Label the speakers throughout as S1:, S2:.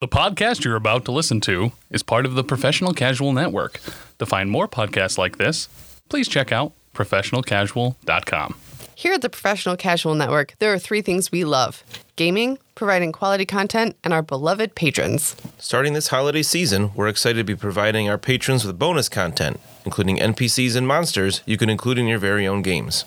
S1: The podcast you're about to listen to is part of the Professional Casual Network. To find more podcasts like this, please check out professionalcasual.com.
S2: Here at the Professional Casual Network, there are three things we love gaming, providing quality content, and our beloved patrons.
S3: Starting this holiday season, we're excited to be providing our patrons with bonus content, including NPCs and monsters you can include in your very own games.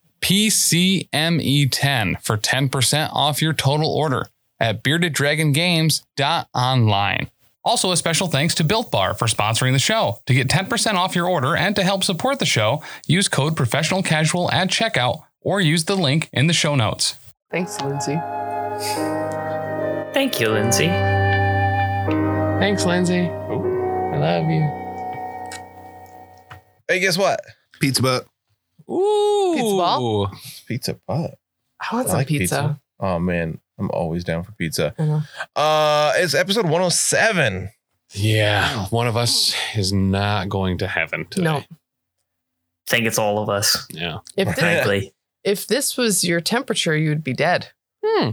S1: PCME10 E for 10% off your total order at beardeddragongames.online. Also, a special thanks to Built Bar for sponsoring the show. To get 10% off your order and to help support the show, use code professional casual at checkout or use the link in the show notes.
S2: Thanks, Lindsay.
S4: Thank you, Lindsay.
S2: Thanks, Lindsay. I love you.
S3: Hey, guess what?
S5: Pizza butt.
S1: Ooh.
S2: Pizza ball?
S3: Pizza butt.
S2: I want
S3: I
S2: some
S3: like
S2: pizza.
S3: pizza. Oh man, I'm always down for pizza.
S2: I know.
S3: Uh, it's episode 107.
S1: Yeah, one of us is not going to heaven today.
S2: No.
S4: Think it's all of us,
S1: Yeah.
S2: If this,
S4: frankly.
S2: if this was your temperature, you would be dead.
S1: Hmm.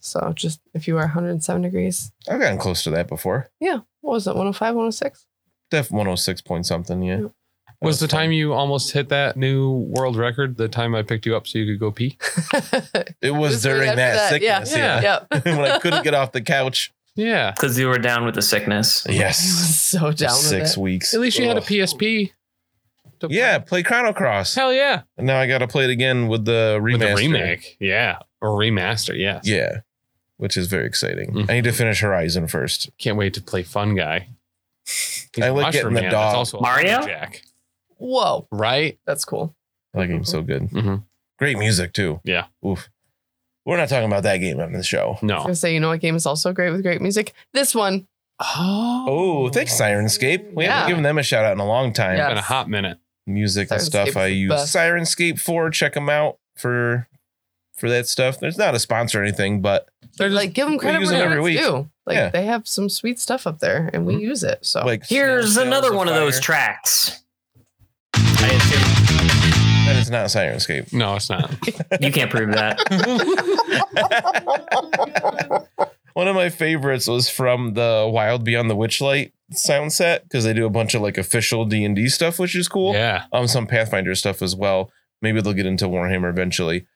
S2: So just if you are 107 degrees,
S3: I've gotten close to that before.
S2: what was oh it, 105, 106?
S3: Def 106 point something. Yeah.
S2: Yeah.
S3: That
S6: Was the
S3: fun.
S6: time you almost hit that new world record the time I picked you up so you could go pee?
S3: It
S2: It was
S3: was during
S2: after
S3: that,
S2: that, yeah.
S3: sickness. Yeah.
S2: yep. It
S3: when I couldn't get off the couch.
S6: Yeah.
S4: Because you were down with the sickness.
S3: Yes.
S2: was so down with
S3: Six
S2: it.
S3: weeks.
S6: At least you had a
S3: Ugh.
S6: PSP. to play.
S3: Yeah, play Chrono Cross.
S6: Hell yeah.
S3: And now I got to play it again with the remaster.
S6: With the remake. Yeah. Or remaster. Yes.
S3: Yeah, which is very exciting.
S6: Mhm.
S3: I need to finish Horizon first.
S6: Can't wait to play Fun Guy. He's
S3: I
S6: a
S3: like getting
S6: mushroom
S3: the
S6: man.
S3: dog.
S6: That's also a
S4: Mario?
S6: lumberjack.
S2: Whoa,
S6: Right?
S2: that's cool.
S3: That game's so good.
S6: Mhm.
S3: Great music too.
S6: Yeah.
S3: Oof. We're not talking about that game on the show.
S2: I was
S6: No.
S2: gonna say, you know what game is also great with great music? This one.
S6: Oh.
S3: Oh, thanks, Sirenscape. We
S2: Yeah.
S3: haven't given them a shout out in a long time.
S2: Yeah.
S6: Been a hot minute.
S3: Music and
S2: Sirenscape's
S3: stuff I
S2: the
S3: use.
S2: best.
S3: Sirenscape 4, check them out for for that stuff. There's not a sponsor or anything, but
S6: They're just-
S2: like give them
S3: we
S2: credit
S3: use
S2: where
S3: them
S2: every
S3: every
S2: week.
S3: week.
S2: due. Like
S3: Yeah. Mm-hmm.
S2: they have some sweet stuff up there, and we use it. So
S3: like
S4: Here's
S3: Snails
S4: another
S3: of
S4: one of those
S3: Fire.
S4: tracks.
S3: That is not Sirenscape.
S6: no, it's not.
S4: You can't prove that.
S3: One of my favorites was from the Wild Beyond the Witchlight sound set because they do a bunch of like official D and D stuff, which is cool.
S6: Yeah.
S3: Um, some Pathfinder stuff as well. Maybe they'll get into Warhammer eventually.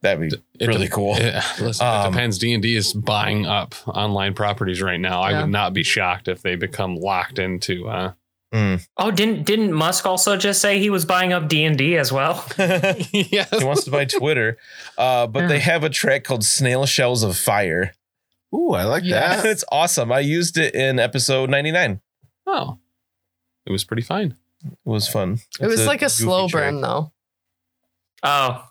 S3: That'd be
S6: It
S3: really
S6: dep-
S3: cool.
S6: Yeah, listen, it
S3: Um,
S6: depends. D and D is buying up online properties right now. I
S2: Yeah.
S6: would not be shocked if they become locked into uh,
S4: Oh, didn't didn't Musk also just say he was buying up D and D as well?
S3: he
S6: yes.
S3: wants to buy Twitter, uh, but they have a track called "Snail Shells of Fire."
S5: Ooh, I like
S2: Yeah.
S5: that.
S3: it's awesome. I used it in episode ninety nine.
S6: Oh, it was pretty fine.
S3: It was fun.
S2: it was
S3: It's
S2: like a
S3: goofy
S2: slow
S3: track.
S2: burn though.
S4: Oh,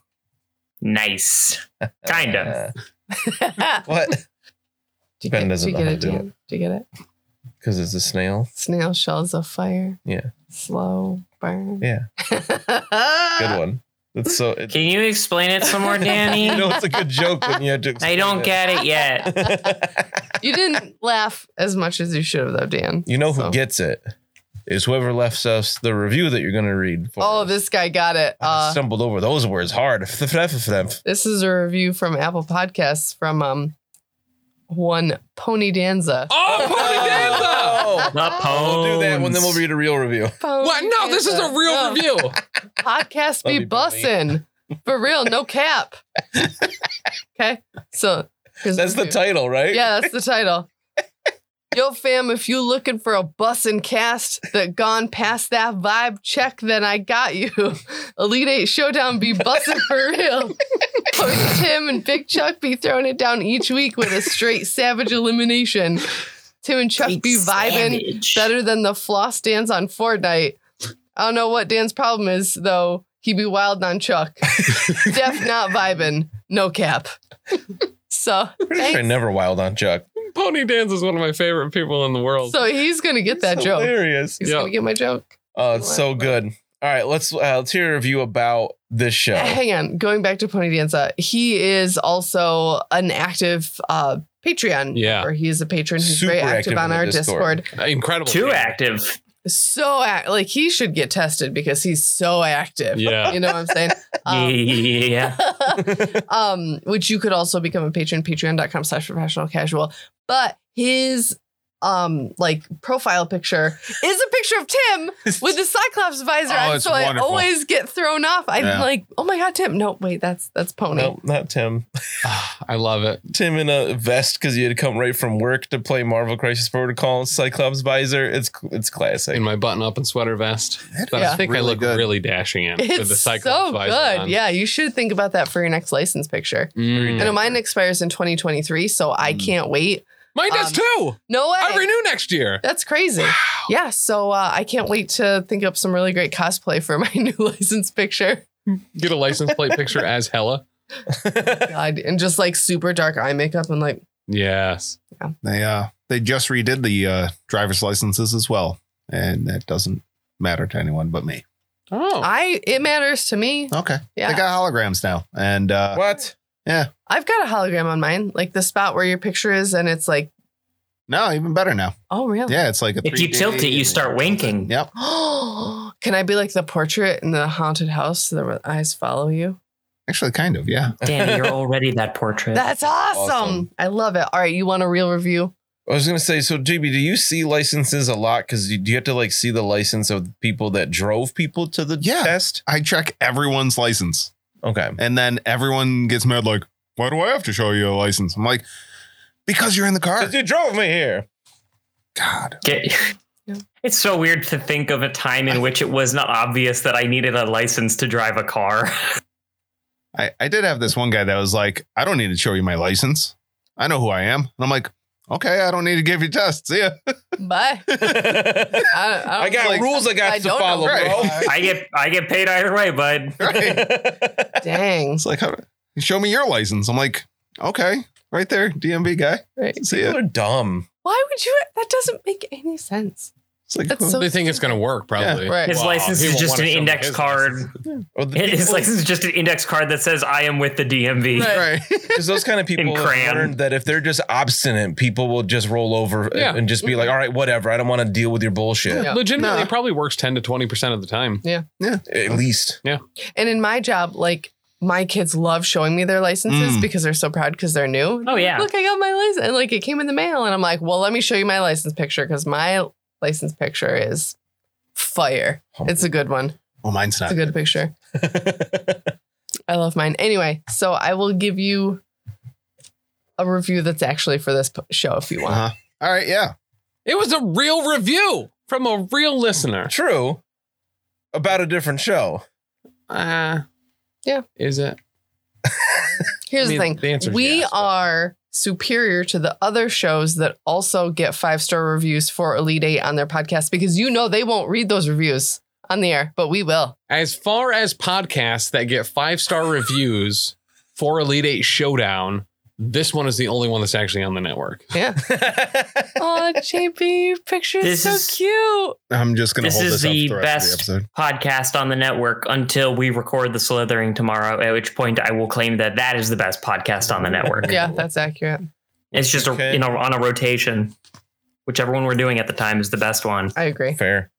S4: nice. Kinda.
S3: Uh,
S2: Did
S3: what?
S2: you
S3: Ben
S2: get-
S3: doesn't
S2: did
S3: know
S2: you get
S3: how
S2: it,
S3: to do
S2: Dan? Did you get it?
S3: Because it's a snail.
S2: Snail shells of fire.
S3: Yeah.
S2: Slow burn.
S3: Yeah. Good
S2: Good
S3: one. That's so. It,
S4: Can you explain it some more, Danny?
S3: you know, it's a good joke when you have to.
S4: I
S3: explain
S4: don't
S3: it.
S4: get it yet.
S2: You didn't laugh as much as you should have though, Dan.
S3: you know who
S2: So-
S3: gets it is whoever left us the review that you're going to read. For
S2: Oh,
S3: us.
S2: this guy got it.
S3: I
S2: Uh,
S3: stumbled over those words hard.
S2: this is a review from Apple Podcasts from um one Pony Danza.
S6: Oh, Pony Danza!
S3: Oh,
S4: The
S3: we'll
S4: poems.
S3: do that one, then we'll read a real review.
S2: Pony
S6: What? No, this is
S2: Danza.
S6: a real
S2: No.
S6: review.
S2: Podcast
S3: Love
S2: be
S3: you, Bobby.
S2: bussin'. For real, no cap. Okay. So here's
S3: That's the
S2: review.
S3: title, right?
S2: Yeah, that's the title. Yo, fam, if you looking for a bussin' cast that gone past that vibe check, then I got you. Elite Eight Showdown be bussin' for real. Coach Tim and Big Chuck be throwing it down each week with a straight savage elimination. Tim and Chuck
S4: Great
S2: be vibing
S4: savage.
S2: better than the floss dance on Fortnite. I don't know what Dan's problem is though. He be wild on Chuck. Def not vibing. No cap. so
S3: Pretty sure I
S2: thanks.
S3: never wild on Chuck.
S6: Pony Dan's is one of my favorite people in the world.
S2: so he's gonna get that
S3: It's
S2: joke.
S3: Hilarious.
S2: He's
S6: Yeah.
S2: gonna get my joke.
S3: Oh, it's so good. All right, let's uh, let's hear a review about this show.
S2: Hang on. Going back to Pony Danza, he is also an active uh, Patreon.
S6: Yeah.
S2: Or he is a patron. He's very
S3: Super
S2: active,
S3: active
S2: on
S3: in the
S2: our
S3: Discord.
S2: Discord.
S6: Incredible.
S4: Too
S6: game.
S4: active.
S2: So act- like he should get tested because he's so active.
S6: Yeah.
S2: You know what I'm saying?
S4: yeah.
S2: um, which you could also become a patron, patreon.com slash professional casual. But his um like profile picture is a picture of Tim with the Cyclops visor
S5: Oh,
S2: on.
S5: it's
S2: So
S5: wonderful.
S2: I always get thrown off. I'm
S5: Yeah.
S2: like, oh my god, Tim. No, wait, that's that's pony.
S3: Nope, not Tim.
S6: Ah, I love it.
S3: Tim in a vest because he had come right from work to play Marvel Crisis Protocol. Cyclops visor. It's it's classic.
S6: In my button up and sweater vest.
S5: That
S6: That
S2: is
S6: I think I
S5: really
S6: look
S5: good.
S6: really dashing in. with the
S2: It's
S6: Cyclops
S2: so
S6: visor
S2: good.
S6: on.
S2: Yeah, you should think about that for your next license picture.
S6: Mm.
S2: I know mine expires in 2023, so I
S5: Mm.
S2: can't wait.
S6: Mine does
S2: Um,
S6: too.
S2: No way.
S6: I renew next year.
S2: That's crazy. Yeah. So uh, I can't wait to think up some really great cosplay for my new license picture.
S6: Get a license plate picture as Hella.
S2: God, and just like super dark eye makeup and like,
S6: Yes.
S5: They uh they just redid the uh driver's licenses as well. And that doesn't matter to anyone but me.
S6: Oh.
S2: I, it matters to me.
S3: Oh,
S5: Okay. They
S2: Yeah.
S5: got holograms now. And uh
S3: what?
S2: I've got a hologram on mine, like the spot where your picture is. And it's like,
S5: no, even better now.
S2: oh, really?
S5: Yeah, it's like a
S4: If you
S5: 3D
S4: tilt it, you start winking.
S5: Yep.
S2: Can I be like the portrait in the haunted house so the eyes follow you?
S5: Actually kind of, yeah.
S4: Danny, you're already that portrait.
S2: That's awesome.
S3: Awesome.
S2: I love it. All right. You want a real review?
S3: I was gonna say. So JB, do you see licenses a lot? Because do you have to like see the license of people that drove people to the
S5: Yeah.
S3: test?
S5: I check everyone's license.
S3: Okay.
S5: And then everyone gets mad, like, why do I have to show you a license? I'm like, because you're in the car.
S3: 'Cause you drove me here.
S5: God.
S4: Get-
S2: Yeah.
S4: It's so weird to think of a time in which it was not obvious that I needed a license to drive a car.
S5: I, I did have this one guy that was like, I don't need to show you my license. I know who I am. And I'm like, okay, I don't need to give you tests. See ya.
S2: Bye.
S3: I,
S2: I, don't- I, don't-
S3: got
S2: like,
S3: rules I got
S2: I
S3: to
S2: don't know.
S3: follow,
S5: Right.
S4: I get I get paid either way, bud.
S3: bro.
S5: Right.
S2: Dang.
S5: It's like, how, show me your license. I'm like, okay, right there, DMV guy.
S2: Right.
S5: See ya.
S3: People are dumb.
S2: Why would you? That doesn't make any sense.
S5: It's like,
S2: That's so
S6: They think it's going to work, probably.
S2: right.
S4: His
S6: Wow,
S4: license
S6: he
S4: is
S6: won't
S4: just
S6: wanna
S4: an
S6: show me
S4: index
S6: his
S4: card.
S6: license.
S3: Well, the
S4: His
S3: people-
S4: license is just an index card that says I am with the DMV.
S2: Right.
S5: right.
S3: Because those kind of people have
S4: crayon.
S3: learned that if they're just obstinate, people will just roll over and-
S6: Yeah.
S3: and just be like, all right, whatever. I don't want to deal with your bullshit.
S2: Yeah.
S6: Legitimately,
S5: Nah.
S6: it probably works 10 to 20% of the time.
S3: At least.
S2: And in my job, like my kids love showing me their licenses
S5: Mm.
S2: because they're so proud because they're new.
S4: Oh yeah.
S2: Look, I got my license. And like it came in the mail. And I'm like, well, let me show you my license picture because my license picture is fire. It's a good one.
S5: Well, mine's not.
S2: It's a good picture. I love mine. Anyway, so I will give you a review that's actually for this p- show if you want.
S5: Uh-huh. All right. Yeah.
S6: It was a real review from a real listener.
S3: True. About a different show.
S6: Uh,
S2: Yeah.
S6: Is it?
S2: Here's
S6: I mean,
S2: the thing.
S6: the answer's
S2: we
S6: yes, but-
S2: are superior to the other shows that also get five star reviews for Elite Eight on their podcast because you know they won't read those reviews on the air, but we will.
S6: As far as podcasts that get five star reviews for Elite Eight Showdown, this one is the only one that's actually on the network.
S2: Yeah. oh, JP, picture is
S4: This
S2: so
S4: is-
S2: cute.
S5: I'm just going to
S4: This
S5: hold
S4: is
S5: this up
S4: the
S5: for the rest
S4: best-
S5: of the episode.
S4: Podcast on the network until we record the slithering tomorrow, at which point I will claim that that is the best podcast on the network.
S2: Yeah, that's accurate.
S4: It's just
S3: Okay.
S4: a, you know on a rotation. Whichever one we're doing at the time is the best one.
S2: I agree.
S3: Fair.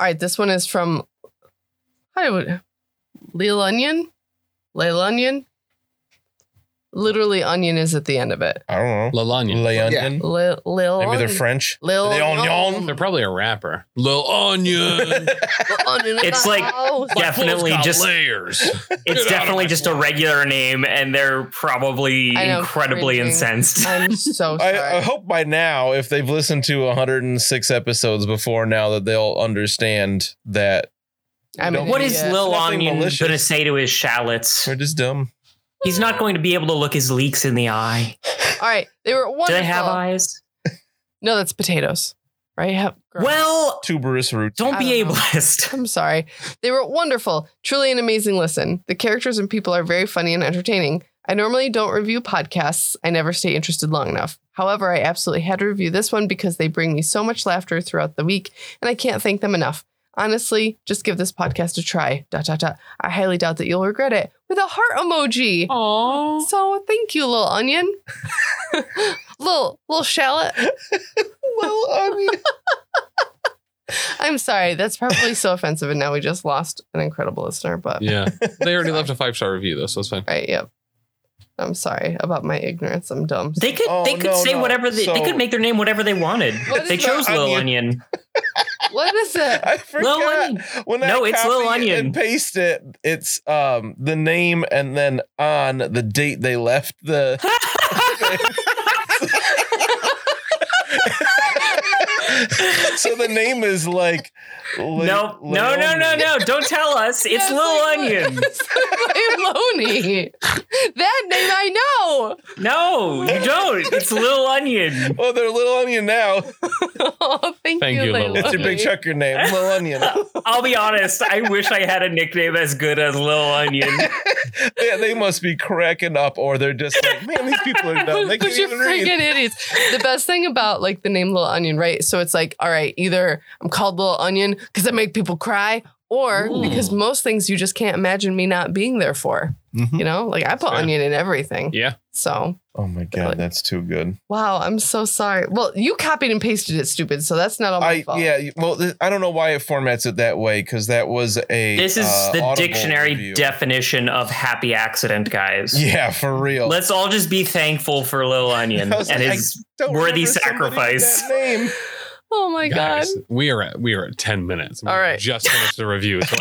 S2: All right, this one is from I would Lil Onion. Lil Onion. Literally onion is at the end of it.
S3: I don't know.
S6: Lalanya.
S3: Lay onion.
S2: Lil Lil
S3: Maybe they're
S2: Onion.
S3: French.
S2: Lil
S3: Lay
S2: Onion.
S3: onion.
S6: They're probably a rapper. Lil Onion.
S2: Lil Onion in
S4: It's
S2: the
S4: like-
S2: house.
S6: My
S4: Definitely
S6: clothes got
S4: just-
S6: layers.
S4: It's
S6: Get out of
S4: definitely
S6: my
S4: just a regular name, and they're probably
S2: I know,
S4: incredibly
S2: cringing.
S4: incensed.
S2: I'm so sorry.
S3: I, I hope by now, if they've listened to 106 episodes before now, that they'll understand that
S2: I'm an
S3: What
S4: What is
S2: idiot.
S4: Lil
S3: Nothing
S4: Onion going
S3: malicious.
S4: to say to his shallots?
S3: we're just dumb.
S4: He's not going to be able to look his leaks in the eye.
S2: All right, they were wonderful.
S4: Do they have eyes?
S2: No, that's potatoes, right? Have- girl.
S4: Well,
S3: Tuberous root.
S4: don't
S2: I
S4: be
S2: don't know.
S4: ableist.
S2: I'm sorry. They were wonderful, truly an amazing listen. The characters and people are very funny and entertaining. I normally don't review podcasts, I never stay interested long enough. However, I absolutely had to review this one because they bring me so much laughter throughout the week, and I can't thank them enough. Honestly, just give this podcast a try. Dot dot dot. I highly doubt that you'll regret it. With a heart emoji.
S6: Aww.
S2: So thank you, little onion. little little shallot.
S3: Well, I mean,
S2: I'm sorry. That's probably so offensive, and now we just lost an incredible listener, but
S6: Yeah. They already left a five star review though, so it's fine.
S2: Right. Yep. I'm sorry about my ignorance. I'm dumb.
S4: They could
S3: Oh,
S4: they could
S3: no,
S4: say
S3: no.
S4: whatever they, they
S3: So-
S4: could make their name whatever they wanted.
S2: What is
S4: they
S2: the
S4: chose Lil Onion.
S2: what is it?
S3: I forgot.
S4: Lil Onion.
S3: When
S4: No,
S3: I
S4: it's Lil
S3: copy
S4: Onion.
S3: And paste it. It's um the name and then on the date they left the. so the name is like. Le-
S4: no, no, no, no, no! Don't tell us. It's
S2: That's
S4: Lil
S2: like-
S4: Onion.
S2: Maloney. That name I know.
S4: No, you don't. It's Lil Onion.
S3: Well, Oh, they're Little Onion now.
S2: Oh, thank,
S6: Thank
S2: you,
S6: you,
S2: Leilani.
S3: It's your big chucker name, Little Onion.
S4: I'll be honest. I wish I had a nickname as good as Lil Onion.
S3: yeah, they must be cracking up, or they're just like, man, these people are dumb. They
S2: But
S3: can't
S2: you're
S3: even read.
S2: freaking idiots. The best thing about like the name Little Onion, right? So it's like, all right, either I'm called Little Onion because I make people cry, or
S6: Ooh.
S2: because most things you just can't imagine me not being there for.
S5: Mhm.
S2: You know, like I put
S6: Mm-hmm. fair.
S2: onion in everything.
S6: Yeah.
S2: So
S3: Oh my god, that's too good.
S2: wow, I'm so sorry. Well, you copied and pasted it, stupid. So that's not all Oh, my
S3: I
S2: fault.
S3: yeah. Well, th- I don't know why it formats it that way because that was a.
S4: This is
S3: uh,
S4: the
S3: Audible
S4: dictionary
S3: review.
S4: definition of happy accident, guys.
S3: Yeah, for real.
S4: Let's all just be thankful for Lil Onion
S3: I was
S4: and
S3: like,
S4: his.
S3: Don't
S4: worthy
S3: remember somebody with
S4: sacrifice.
S3: that name.
S2: Oh my god.
S6: Guys, we are at we are at ten minutes. We
S2: All right.
S6: just finished the review. So,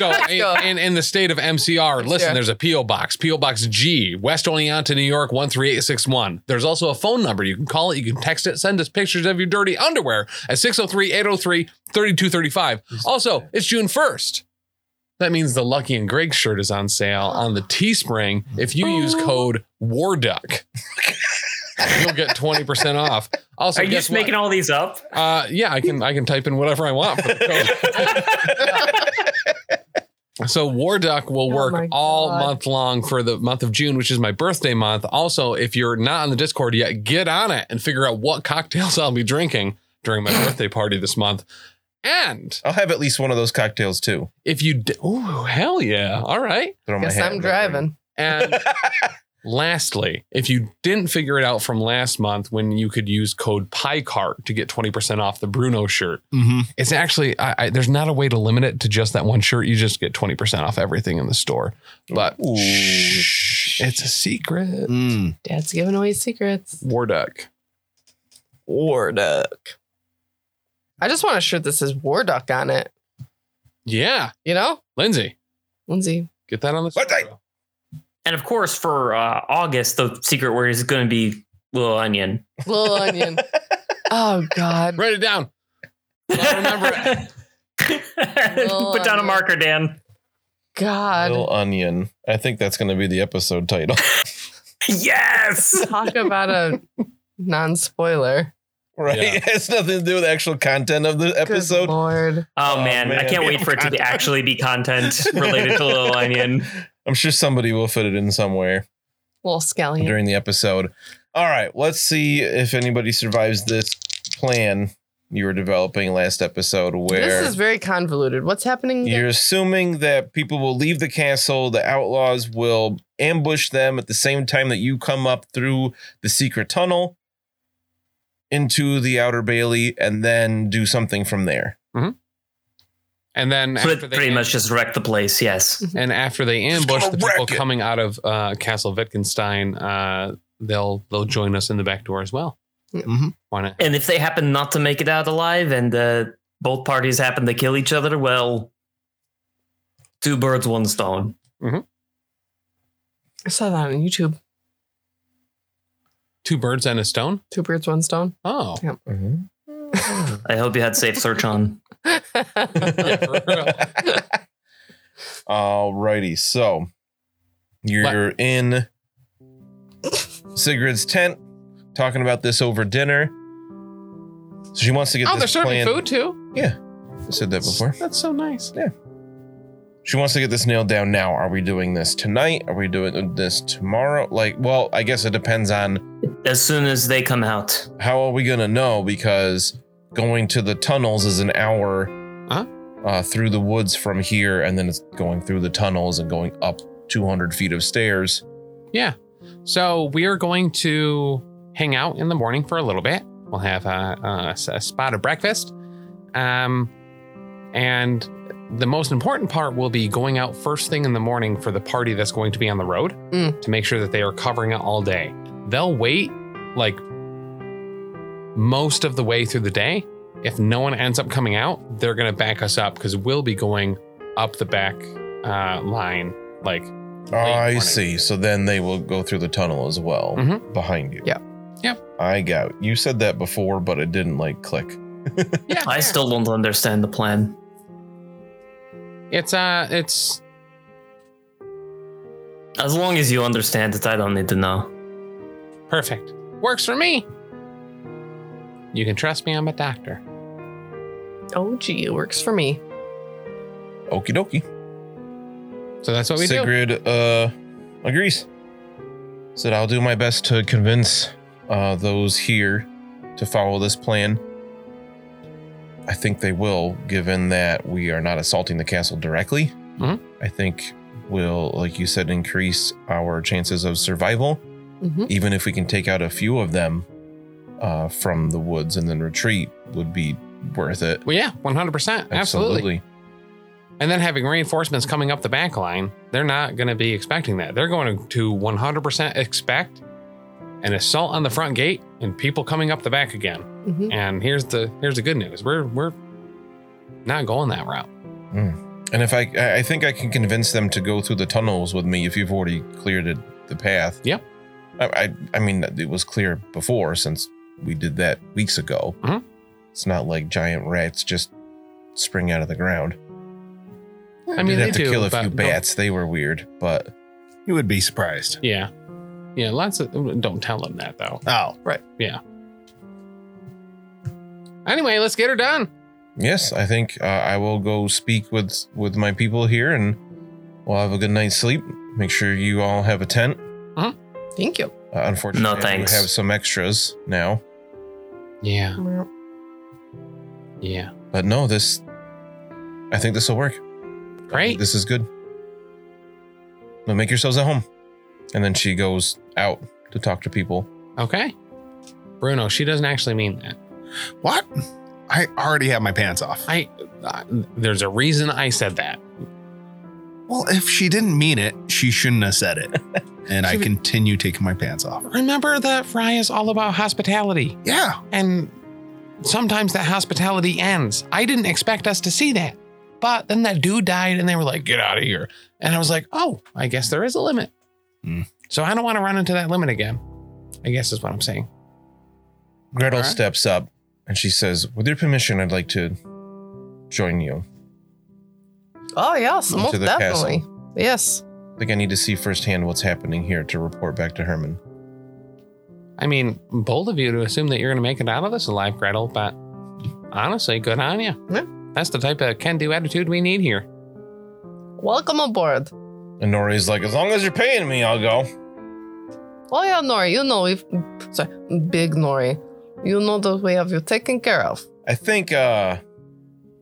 S6: MC, so
S2: go.
S6: in, in the state of MCR, listen,
S2: Yeah.
S6: there's a PO box, PO box G, West Oneonta, New York one three eight six one. There's also a phone number. You can call it. You can text it. Send us pictures of your dirty underwear at 603-803-3235. Also, it's June first. That means the Lucky and Greg shirt is on sale on the Teespring. If you use
S2: Oh.
S6: code WARDUCK, you'll get 20% off. Also,
S4: Are you
S6: guess
S4: just
S6: what?
S4: making all these up?
S6: Uh, yeah, I can I can type in whatever I want. For the code. so War Duck will
S2: Oh
S6: work
S2: my
S6: all
S2: God.
S6: month long for the month of June, which is my birthday month. Also, if you're not on the Discord yet, get on it and figure out what cocktails I'll be drinking during my birthday party this month. And
S3: I'll have at least one of those cocktails too.
S6: if you, d- ooh, hell yeah, all right.
S3: Throw my
S2: Guess I'm
S3: hat in that ring.
S2: driving.
S6: And lastly, if you didn't figure it out from last month when you could use code PICART to get 20% off the Bruno shirt,
S3: Mm-hmm.
S5: Mhm.
S6: it's actually I, I, there's not a way to limit it to just that one shirt. You just get 20% off everything in the store. But
S3: Ooh.
S6: shh, it's a secret.
S5: Mm.
S2: Dad's giving away secrets.
S6: Warduck.
S2: Warduck. I just want a shirt that says Warduck on it.
S6: Yeah.
S2: You know,
S6: Lindsay,
S2: Lindsay.
S6: get that on the
S3: What
S6: store.
S4: And of course, for uh, August, the secret word is going to be Lil Onion.
S2: Little onion. Oh God.
S6: Write it down. I'll remember it.
S2: Lil
S4: Put down a
S2: Onion.
S4: marker, Dan.
S2: God.
S3: Little onion. I think that's going to be the episode title.
S4: Yes.
S2: Talk about a non-spoiler.
S3: Right?
S6: Yeah.
S3: It has nothing to do with the actual content of the
S2: Good
S3: episode.
S2: Lord.
S4: Oh,
S3: Oh,
S4: man. I
S3: man.
S4: can't wait for it to be, actually be content related to Lil Onion.
S3: I'm sure somebody will fit it in somewhere
S2: Little scallion.
S3: during the episode. All right, let's see if anybody survives this plan you were developing last episode where
S2: This is very convoluted. What's happening? again?
S3: you're assuming that people will leave the castle, the outlaws will ambush them at the same time that you come up through the secret tunnel into the outer bailey and then do something from there.
S6: And then
S4: Put,
S6: after they
S4: pretty
S6: am-
S4: much just wreck the place. Yes.
S6: and after they ambush
S3: gonna
S6: the people
S3: wreck it.
S6: coming out of uh, Castle Wittgenstein, uh, they'll they'll join us in the back door as well.
S3: Mm-hmm.
S5: Mhm.
S6: Why not?
S4: And if they happen not to make it out alive and uh, both parties happen to kill each other, well, two birds, one stone.
S2: I saw that on YouTube.
S6: Two birds and a stone.
S2: Two birds, one stone.
S6: Oh,
S4: I hope you had safe search on.
S3: Alrighty, so you're in Sigrid's tent, talking about this over dinner. So she wants to get
S1: Oh, they're
S3: this
S1: serving
S3: plan.
S1: food too.
S3: I said that before.
S1: That's so nice.
S3: She wants to get this nailed down now. Are we doing this tonight? Are we doing this tomorrow? Like, well, I guess it depends on
S4: As soon as they come out,
S3: how are we gonna know because going to the tunnels is an hour
S6: Huh?
S3: uh, through the woods from here, and then it's going through the tunnels and going up 200 feet of stairs.
S6: So we are going to hang out in the morning for a little bit. We'll have a, a, a spot of breakfast. Um, and the most important part will be going out first thing in the morning for the party that's going to be on the road
S2: Mm.
S6: to make sure that they are covering it all day. They'll wait like most of the way through the day. If no one ends up coming out, they're going to back us up because we'll be going up the back uh, line. Like,
S3: I
S6: morning.
S3: see. So then they will go through the tunnel as well
S6: Mhm.
S3: behind you.
S2: Yeah.
S6: Yeah.
S3: I got you said that before, but it didn't like click.
S6: yeah,
S4: I still don't understand the plan.
S6: It's uh, it's
S4: As long as you understand it, I don't need to know.
S6: Perfect. Works for me. You can trust me, I'm a doctor.
S2: Oh, gee, it works for me.
S3: Okie dokie.
S6: So that's what we
S3: Sigrid uh, agrees. Said, I'll do my best to convince uh, those here to follow this plan. I think they will, given that we are not assaulting the castle directly.
S6: Mhm.
S3: I think will, like you said, increase our chances of survival,
S2: Mhm.
S3: even if we can take out a few of them uh, from the woods and then retreat would be worth it.
S6: do. Well, yeah, 100%. Absolutely.
S3: Absolutely.
S6: And then having reinforcements coming up the back line, they're not going to be expecting that. They're going to 100% expect an assault on the front gate and people coming up the back again.
S2: Mhm.
S6: And here's the here's the good news. We're we're not going that route.
S3: And if I, I I think I can convince them to go through the tunnels with me if you've already cleared it, the path.
S6: Yep.
S3: I, I, I mean, it was clear before since we did that weeks ago.
S6: Mhm.
S3: It's not like giant rats just spring out of the ground.
S6: I mean,
S3: did
S6: they
S3: have to
S6: do,
S3: kill a
S6: but
S3: few
S6: don't-
S3: bats. They were weird, but
S5: You would be surprised.
S6: Yeah. Yeah, lots of don't tell them that though.
S5: Oh,
S6: Anyway, let's get her done.
S3: yes, I think uh, I will go speak with with my people here, and we'll have a good night's sleep. Make sure you all have a tent.
S2: Thank you.
S3: Uh, unfortunately, I do
S4: thanks.
S3: have some extras now.
S6: Yeah. Yeah.
S3: But no, this. I think this will work.
S6: Great.
S3: This is good. Now make yourselves at home. And then she goes out to talk to people.
S6: Okay. Bruno, she doesn't actually mean that.
S5: what? I already have my pants off.
S6: I, I Uh, there's a reason I said that.
S5: Well, if she didn't mean it, she shouldn't have said it. And I
S6: She-
S5: continue taking my pants off.
S6: Remember that Fry is all about hospitality
S5: Yeah.
S6: and sometimes that hospitality ends. I didn't expect us to see that. But then that dude died and they were like, "Get out of here." And I was like, "Oh, I guess there is a limit."
S5: Hmm.
S6: So I don't want to run into that limit again. I guess is what I'm saying.
S3: Gretel
S6: All right.
S3: steps up and she says, With your permission, I'd like to join you.
S2: Oh, yes,
S3: To
S2: most
S3: the
S2: definitely. Yes.
S3: I think I need to see firsthand what's happening here to report back to Herman.
S6: I mean, bold of you to assume that you're going to make it out of this alive, Gretel, but honestly, good on you.
S2: Yeah.
S6: That's the type of can do attitude we need here.
S2: Welcome aboard.
S3: And Nori's like, As long as you're paying me, I'll go.
S2: Oh, yeah, Nori, you know, if. Sorry, big Nori. You know that we have you taken care of.
S3: I think uh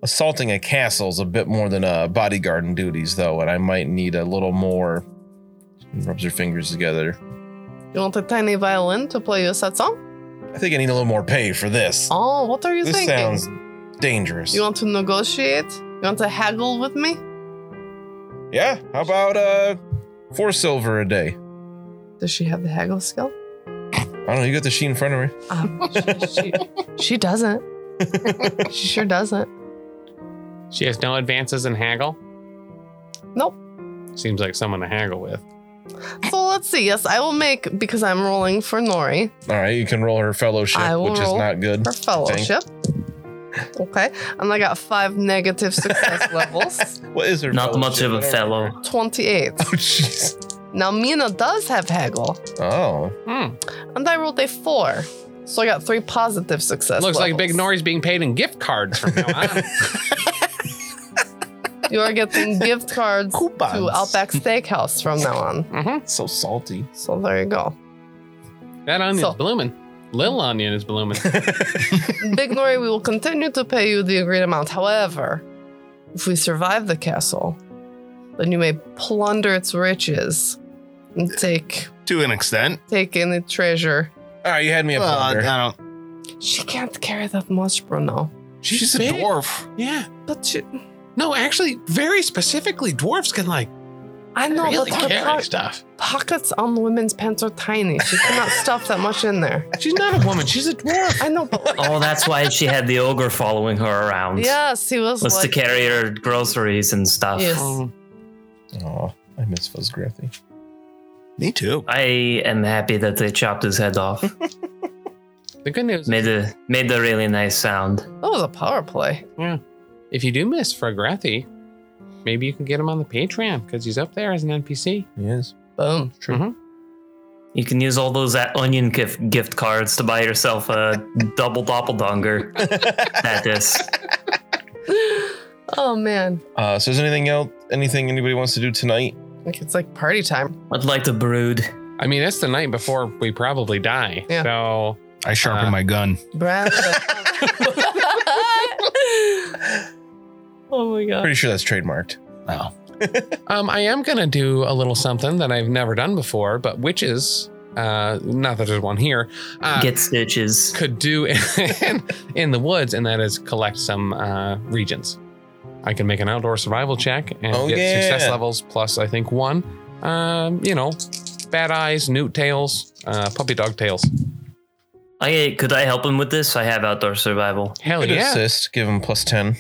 S3: assaulting a castle's a bit more than uh bodyguarding duties though, and I might need a little more rubs her fingers together.
S2: You want a tiny violin to play your sad song?
S3: I think I need a little more pay for this.
S2: Oh, what are you
S3: this
S2: thinking?
S3: sounds dangerous.
S2: You want to negotiate? You want to haggle with me?
S3: Yeah. How about uh four silver a day?
S2: Does she have the haggle skill?
S3: I don't know. You got the sheet in front of me.
S2: Um, she, she, she doesn't. she sure doesn't.
S6: She has no advances in haggle.
S2: Nope.
S6: Seems like someone to haggle with.
S2: So let's see. Yes, I will make because I'm rolling for Nori
S3: All right, you can roll her fellowship,
S2: I will
S3: which is
S2: roll
S3: not good.
S2: for fellowship. Okay, and I got five negative success levels,
S3: What is her?
S4: Not
S3: fellowship?
S4: much of a
S3: I don't
S4: fellow.
S3: remember.
S2: twenty-eight.
S3: Oh jeez.
S2: Now Mina does have haggle,
S3: Oh,
S6: Hmm.
S2: and I rolled a four. So I got three positive success.
S6: Looks like
S2: levels.
S6: Big Nori's being paid in gift cards from now on.
S2: You are getting gift cards to
S5: Coupons.
S2: Outback Steakhouse from now on.
S3: So salty.
S2: So there you go.
S6: That onion's
S2: So-
S6: blooming. Little onion is blooming.
S2: Big Nori, we will continue to pay you the agreed amount. However, if we survive the castle, then you may plunder its riches and take
S5: to an extent.
S2: take any treasure.
S3: All right, you had me at
S5: Well,
S2: Oh,
S5: I
S3: plunder.
S5: don't.
S2: She can't carry that much, Bruno.
S5: She's, a
S6: big.
S5: dwarf.
S6: Yeah.
S2: But she,
S6: No, actually, very specifically, dwarves can like
S2: Oh, I know,
S6: really
S2: but her
S6: carry
S2: po-
S6: stuff.
S2: pockets on women's pants are tiny. She cannot stuff that much in there.
S6: She's not a woman. She's a dwarf.
S2: I know, but
S4: Oh, that's why she had the ogre following her around.
S2: yes, he was
S4: Was to
S2: like,
S4: carry her groceries and stuff.
S2: Yes.
S6: Um,
S3: Oh, I miss Fuzz Griffey.
S5: Me too.
S4: I am happy that they chopped his head off.
S6: The good news,
S4: made a made a really nice sound.
S2: that was a power play.
S6: if you do miss Fragrathi, maybe you can get him on the Patreon because he's up there as an NPC.
S3: He is.
S2: Boom.
S6: Mm-hmm.
S4: You can use all those at onion gift gift cards to buy yourself a double doppeldonger. that is.
S2: Oh man,
S3: Uh, so is anything else? Anything anybody wants to do tonight?
S2: like it's like party time.
S4: I'd like to brood.
S6: I mean, it's the night before we probably die.
S2: Yeah.
S6: So
S5: I sharpen
S6: Uh,
S5: my gun.
S2: Brand. oh my god.
S3: Pretty sure that's trademarked.
S5: Oh.
S6: um, I am gonna do a little something that I've never done before, but witches, uh, not that there's one here,
S3: Ah.
S6: uh,
S4: Get stitches.
S6: could do in, in the woods, and that is collect some uh, regions. I can make an outdoor survival check and
S3: Oh,
S6: get
S3: yeah.
S6: success levels plus, I think, one. Um, you know, bad eyes, newt tails, uh, puppy dog tails.
S4: I could I help him with this? I have outdoor survival.
S2: Oh,
S6: Hell
S3: Good
S6: yeah.
S3: assist. Give him plus ten.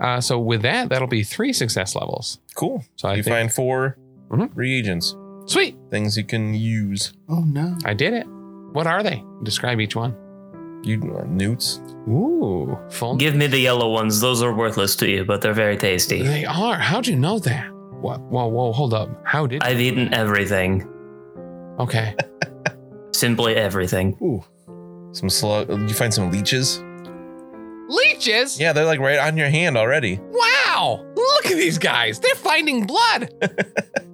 S6: Uh, so with that, that'll be three success levels.
S3: Cool.
S6: So I
S3: you
S6: think,
S3: find 4
S6: Mhm.
S3: reagents,
S6: sweet,
S3: things you can use.
S5: Oh no.
S6: I did it. What are they? Describe each one.
S3: You uh, newts.
S6: Ooh, full.
S4: Give me the yellow ones. Those are worthless to you, but they're very tasty.
S6: They are. How'd you know that? What? Whoa, whoa, hold up. How did?
S4: I've eaten everything.
S6: okay.
S4: Simply everything.
S3: Some slug. You find some leeches.
S6: Leeches.
S3: Yeah, they're like right on your hand already.
S6: Wow! Look at these guys. They're finding blood.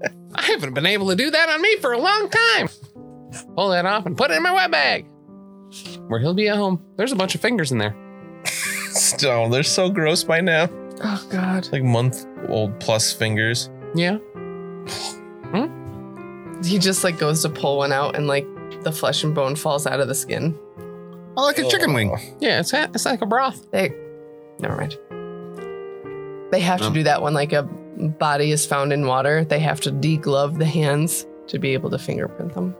S6: I haven't been able to do that on me for a long time. Pull that off and put it in my wet bag, where he'll be at home. There's a bunch of fingers in there.
S3: Still, they're so gross by now.
S2: Oh god.
S3: Like month old plus fingers.
S6: Yeah.
S2: He just like goes to pull one out and like the flesh and bone falls out of the skin.
S5: I like a chicken wing.
S3: Oh,
S6: Yeah. It's it's like a broth.
S2: They never mind. They have to do that when like a body is found in water. They have to deglove the hands to be able to fingerprint them.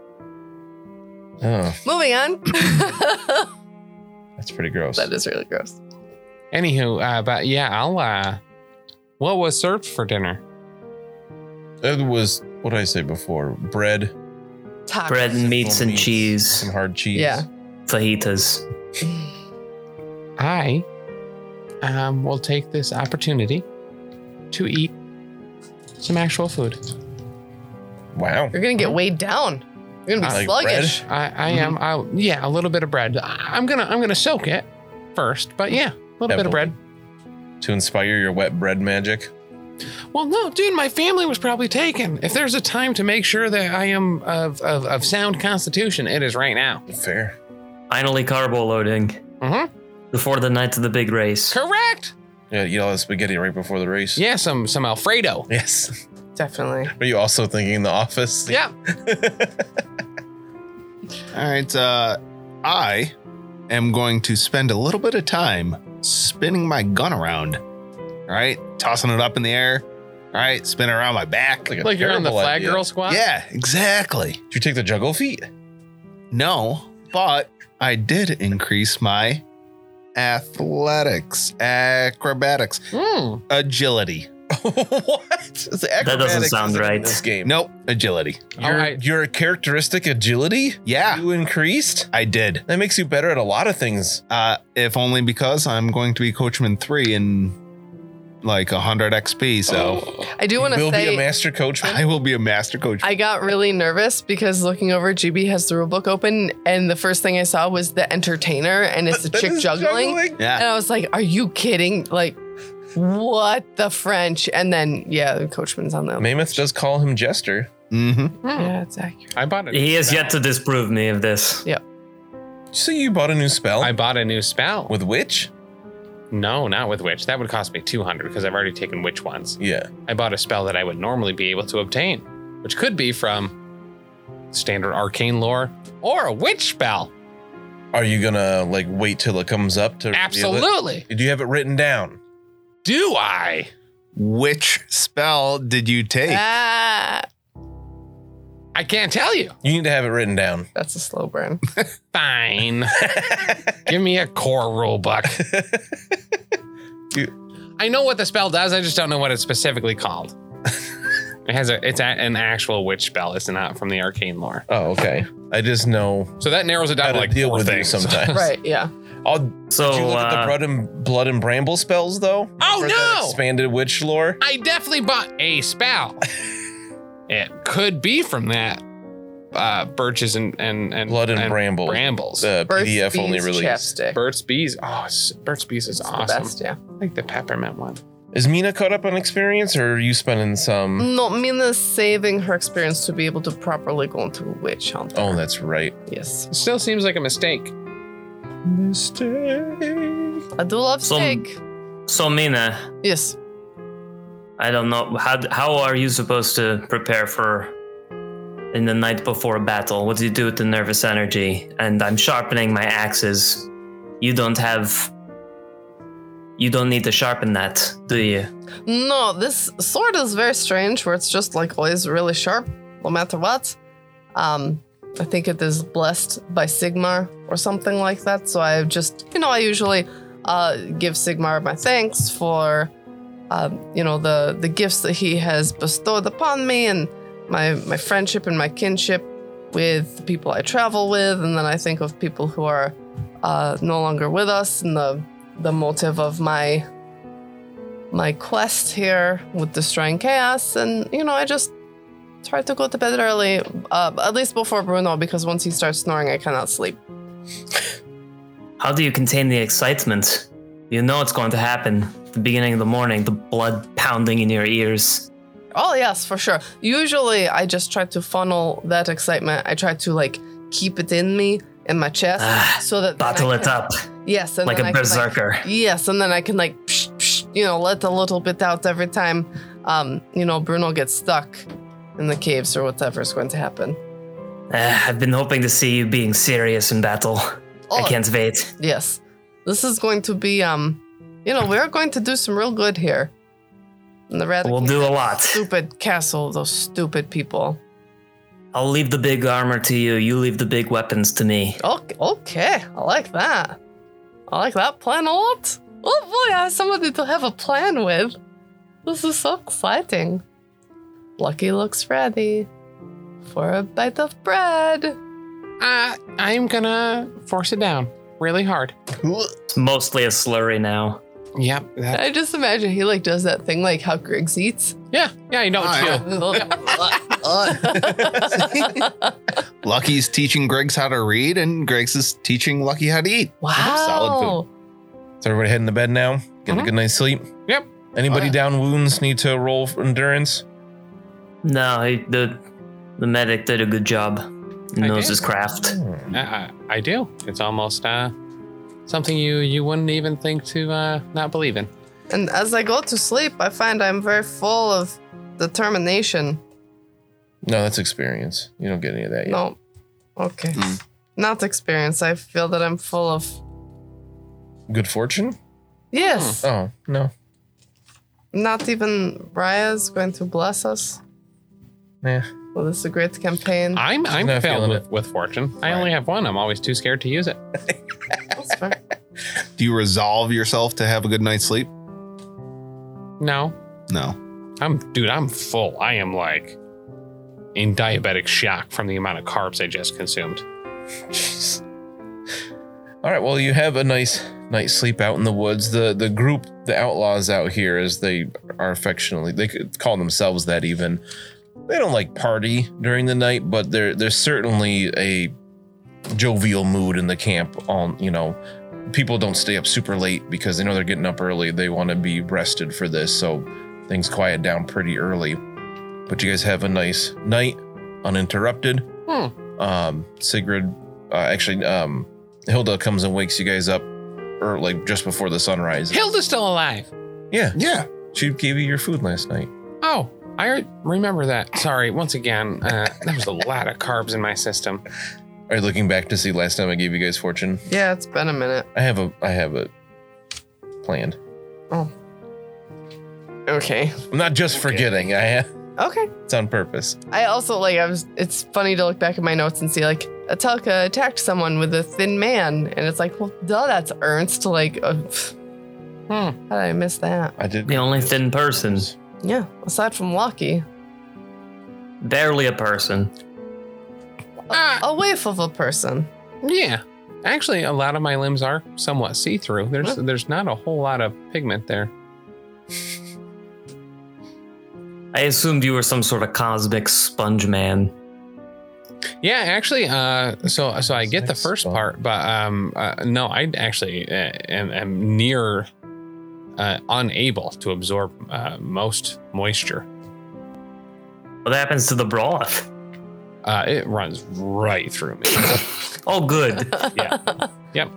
S3: Oh,
S2: Moving on.
S3: that's pretty gross.
S2: that is really gross.
S6: Anywho, uh, but yeah, I'll. Uh, what was served for dinner?
S3: It was what did I say before? Bread,
S2: Tacos.
S4: Bread and meats and
S3: meats.
S4: cheese.
S3: some hard cheese.
S2: Yeah.
S4: Fajitas.
S6: I um, will take this opportunity to eat some actual food.
S3: Wow.
S2: You're gonna get weighed down. You're gonna be
S3: Like
S2: sluggish.
S3: bread?
S6: I, I am. I
S3: Mm-hmm.
S6: yeah, a little bit of bread. I, I'm gonna I'm gonna soak it first, but yeah, a little bit of bread.
S3: To inspire your wet bread magic.
S6: Well, no, dude, my family was probably taken. If there's a time to make sure that I am of of, of sound constitution, it is right now.
S3: Fair.
S4: Finally carbo loading.
S6: Mm-hmm.
S4: Before the night of the big race.
S6: Correct.
S3: Yeah, eat all that spaghetti right before the race.
S6: Yeah, some some Alfredo.
S3: Yes.
S2: Definitely.
S3: Are you also thinking the office?
S6: Yeah.
S5: All right. Uh, I am going to spend a little bit of time spinning my gun around. All right. Tossing it up in the air. All right. Spin it around my back.
S3: a
S6: Like you're on the
S3: terrible
S6: flag
S3: idea.
S6: girl squad.
S5: yeah, exactly.
S3: Did you take the juggle feet?
S5: No, but I did increase my athletics, acrobatics,
S6: Mm.
S5: agility.
S3: what? It's acrobatics
S4: sound
S3: isn't in
S4: right.
S3: This game.
S5: Nope, agility.
S6: All
S3: Your,
S6: right.
S3: your characteristic agility
S5: Yeah,
S3: you increased.
S5: I did.
S3: That makes you better at a lot of things.
S5: Uh, if only because I'm going to be coachman three in like 100 XP. So
S2: I do want to
S3: Will be
S2: say
S3: a master coachman.
S5: I will be a master coach.
S2: I got really nervous because looking over, GB has the rule book open, and the first thing I saw was the entertainer, and it's a
S3: That
S2: chick
S3: is
S2: juggling. And
S5: yeah.
S2: I was like, "Are you kidding? Like, what the French?" And then, yeah, Coachman's on the.
S3: Mammoth does call him Jester.
S5: hmm
S2: Yeah, it's accurate.
S6: I bought a
S4: He has yet to disprove me of this.
S3: So you bought a new spell
S6: I bought a new spell.
S3: with witch?
S6: no, not with witch. That would cost me 200 because I've already taken witch once.
S3: Yeah.
S6: I bought a spell that I would normally be able to obtain, which could be from standard arcane lore or a witch spell.
S3: Are you gonna like wait till it comes up to reveal it?
S6: Absolutely.
S3: Do you have it written down?
S6: Do I?
S5: Which spell did you take?
S2: Ah,
S6: I can't tell you.
S3: You need to have it written down.
S2: that's a slow burn.
S6: Fine. Give me a core rule book. I know what the spell does. I just don't know what it's specifically called. it has a. It's a, an actual witch spell. It's not from the arcane lore.
S3: oh, okay. I just know
S6: So that narrows it
S3: how
S6: down
S3: to
S6: to like
S3: deal
S6: four
S3: with
S6: things.
S3: things. you sometimes.
S2: right? Yeah.
S3: Oh,
S4: So
S3: did you look at the
S4: uh,
S3: blood and blood and bramble spells though?
S6: Oh
S3: For that
S6: no!
S3: Expanded witch lore.
S6: I definitely bought a spell. it could be from that uh, birches and and and
S3: Blood and, bramble.
S6: brambles.
S3: The
S2: Burt's
S3: PDF only
S2: Bees
S3: released.
S2: Chapstick.
S6: Burt's bees. Oh, s- Burt's bees is
S2: It's the
S6: awesome.
S2: best, yeah.
S6: I like the peppermint one.
S3: Is Mina caught up on experience, or are you spending some?
S2: Mm. No, Mina's saving her experience to be able to properly go into a witch hunt.
S3: Oh, that's right.
S2: Yes.
S6: It still seems like a mistake.
S2: I do love
S4: Some-
S2: steak.
S4: so Mina,
S2: Yes.
S4: I don't know how how are you supposed to prepare for in the night before a battle? What do you do with the nervous energy? And I'm sharpening my axes. You don't have you don't need to sharpen that, do you?
S2: No, this sword is very strange where it's just like always really sharp, no matter what. Um, I think it is blessed by Sigmar or something like that. So I just, you know, I usually uh, give Sigmar my thanks for, um, you know, the, the gifts that he has bestowed upon me and my, my friendship and my kinship with the people I travel with. And then I think of people who are uh, no longer with us and the, the motive of my my quest here with destroying chaos and you know i just try to go to bed early uh, at least before bruno because once he starts snoring i cannot sleep
S4: How do you contain the excitement? You know it's going to happen. At the beginning of the morning, the blood pounding in your ears.
S2: oh yes for sure usually i just try to funnel that excitement i try to like keep it in me in my chest
S4: Ah,
S2: so that then I
S4: Bottle it
S2: can-
S4: up
S2: yes and
S4: like
S2: then
S4: a
S2: I can, like,
S4: berserker.
S2: Yes, and then I can like, psh, psh, you know, let a little bit out every time, um, you know, Bruno gets stuck in the caves or whatever's going to happen.
S4: Ah, I've been hoping to see you being serious in battle. I
S2: Oh.
S4: can't wait.
S2: Yes, this is going to be, um, you know, we're going to do some real good here. And the rat
S4: We'll do a lot.
S2: Stupid castle, those stupid people.
S4: I'll leave the big armor to you. You leave the big weapons to me.
S2: Okay, okay, I like that. I like that plan a lot. Oh boy, I have somebody to have a plan with. This is so exciting. Lucky looks ready for a bite of bread.
S6: Uh, I'm gonna force it down really hard.
S4: It's mostly a slurry now.
S6: Yep. that-
S2: I just imagine he like does that thing like how Griggs eats.
S6: yeah. Yeah. You know what to do.
S5: Lucky's teaching Greg's how to read, and Greg's is teaching Lucky how to eat.
S2: wow.
S3: Is everybody heading to bed now? Getting a
S6: Mhm.
S3: good night's sleep.
S6: Yep.
S3: Anybody
S5: Oh, yeah.
S3: down wounds need to roll for endurance?
S4: No, he, the the medic did a good job. He
S6: I
S4: knows
S6: did?
S4: his craft.
S3: Hmm.
S6: Uh, I, I do. It's almost uh, something you you wouldn't even think to uh, not believe in.
S2: And as I go to sleep, I find I'm very full of determination.
S3: No, that's experience. You don't get any of that yet.
S2: No. Okay.
S5: Mm.
S2: Not experience. I feel that I'm full of.
S3: Good fortune?
S2: Yes.
S3: Oh no.
S2: Not even Raya's going to bless us.
S3: Yeah.
S2: Well, this is a great campaign.
S6: I'm I'm
S3: not
S6: filled
S3: feeling
S6: with, with fortune. I only have one. I'm always too scared to use it.
S2: That's fair.
S5: Do you resolve yourself to have a good night's sleep?
S6: No,
S5: No.
S6: I'm dude. I'm full. I am like in diabetic shock from the amount of carbs I just consumed.
S3: Jeez. All right. Well, you have a nice night's sleep out in the woods. The the group, the outlaws out here, as they are affectionately they could call themselves that. Even they don't like party during the night, but there there's certainly a jovial mood in the camp. On you know, people don't stay up super late because they know they're getting up early. They want to be rested for this, so things quiet down pretty early. But you guys have a nice night, uninterrupted.
S6: Hmm.
S3: Um, Sigrid, uh, actually, um, Hilda comes and wakes you guys up, or like just before the sun rises.
S6: Hilda's still alive.
S3: yeah,
S5: Yeah.
S3: she gave you your food last night.
S6: Oh, I remember that. Sorry, once again, uh, there was a lot of carbs in my system.
S3: Are you looking back to see last time I gave you guys fortune?
S2: Yeah, it's been a minute.
S3: I have a, I have it planned.
S2: Okay.
S3: I'm not just forgetting. I have,
S2: Okay.
S3: it's on purpose.
S2: I also like I was it's funny to look back at my notes and see like Atelka attacked someone with a thin man and it's like, well duh, that's Ernst. Like uh, pff,
S6: Hmm.
S2: how did I miss that?
S3: I did.
S4: The only thin person.
S2: Yeah. Aside from Lucky.
S4: Barely a person.
S6: Ah,
S2: A waif of a person.
S6: yeah. Actually, a lot of my limbs are somewhat see-through. There's there's not a whole lot of pigment there.
S4: I assumed you were some sort of cosmic sponge man.
S6: Yeah, actually, uh, so so I get the first part, but um, uh, no, I actually uh, am, am near uh, unable to absorb uh, most moisture.
S4: What happens to the broth?
S6: Uh, it runs right through me.
S4: Oh, good.
S6: Yeah. Yep.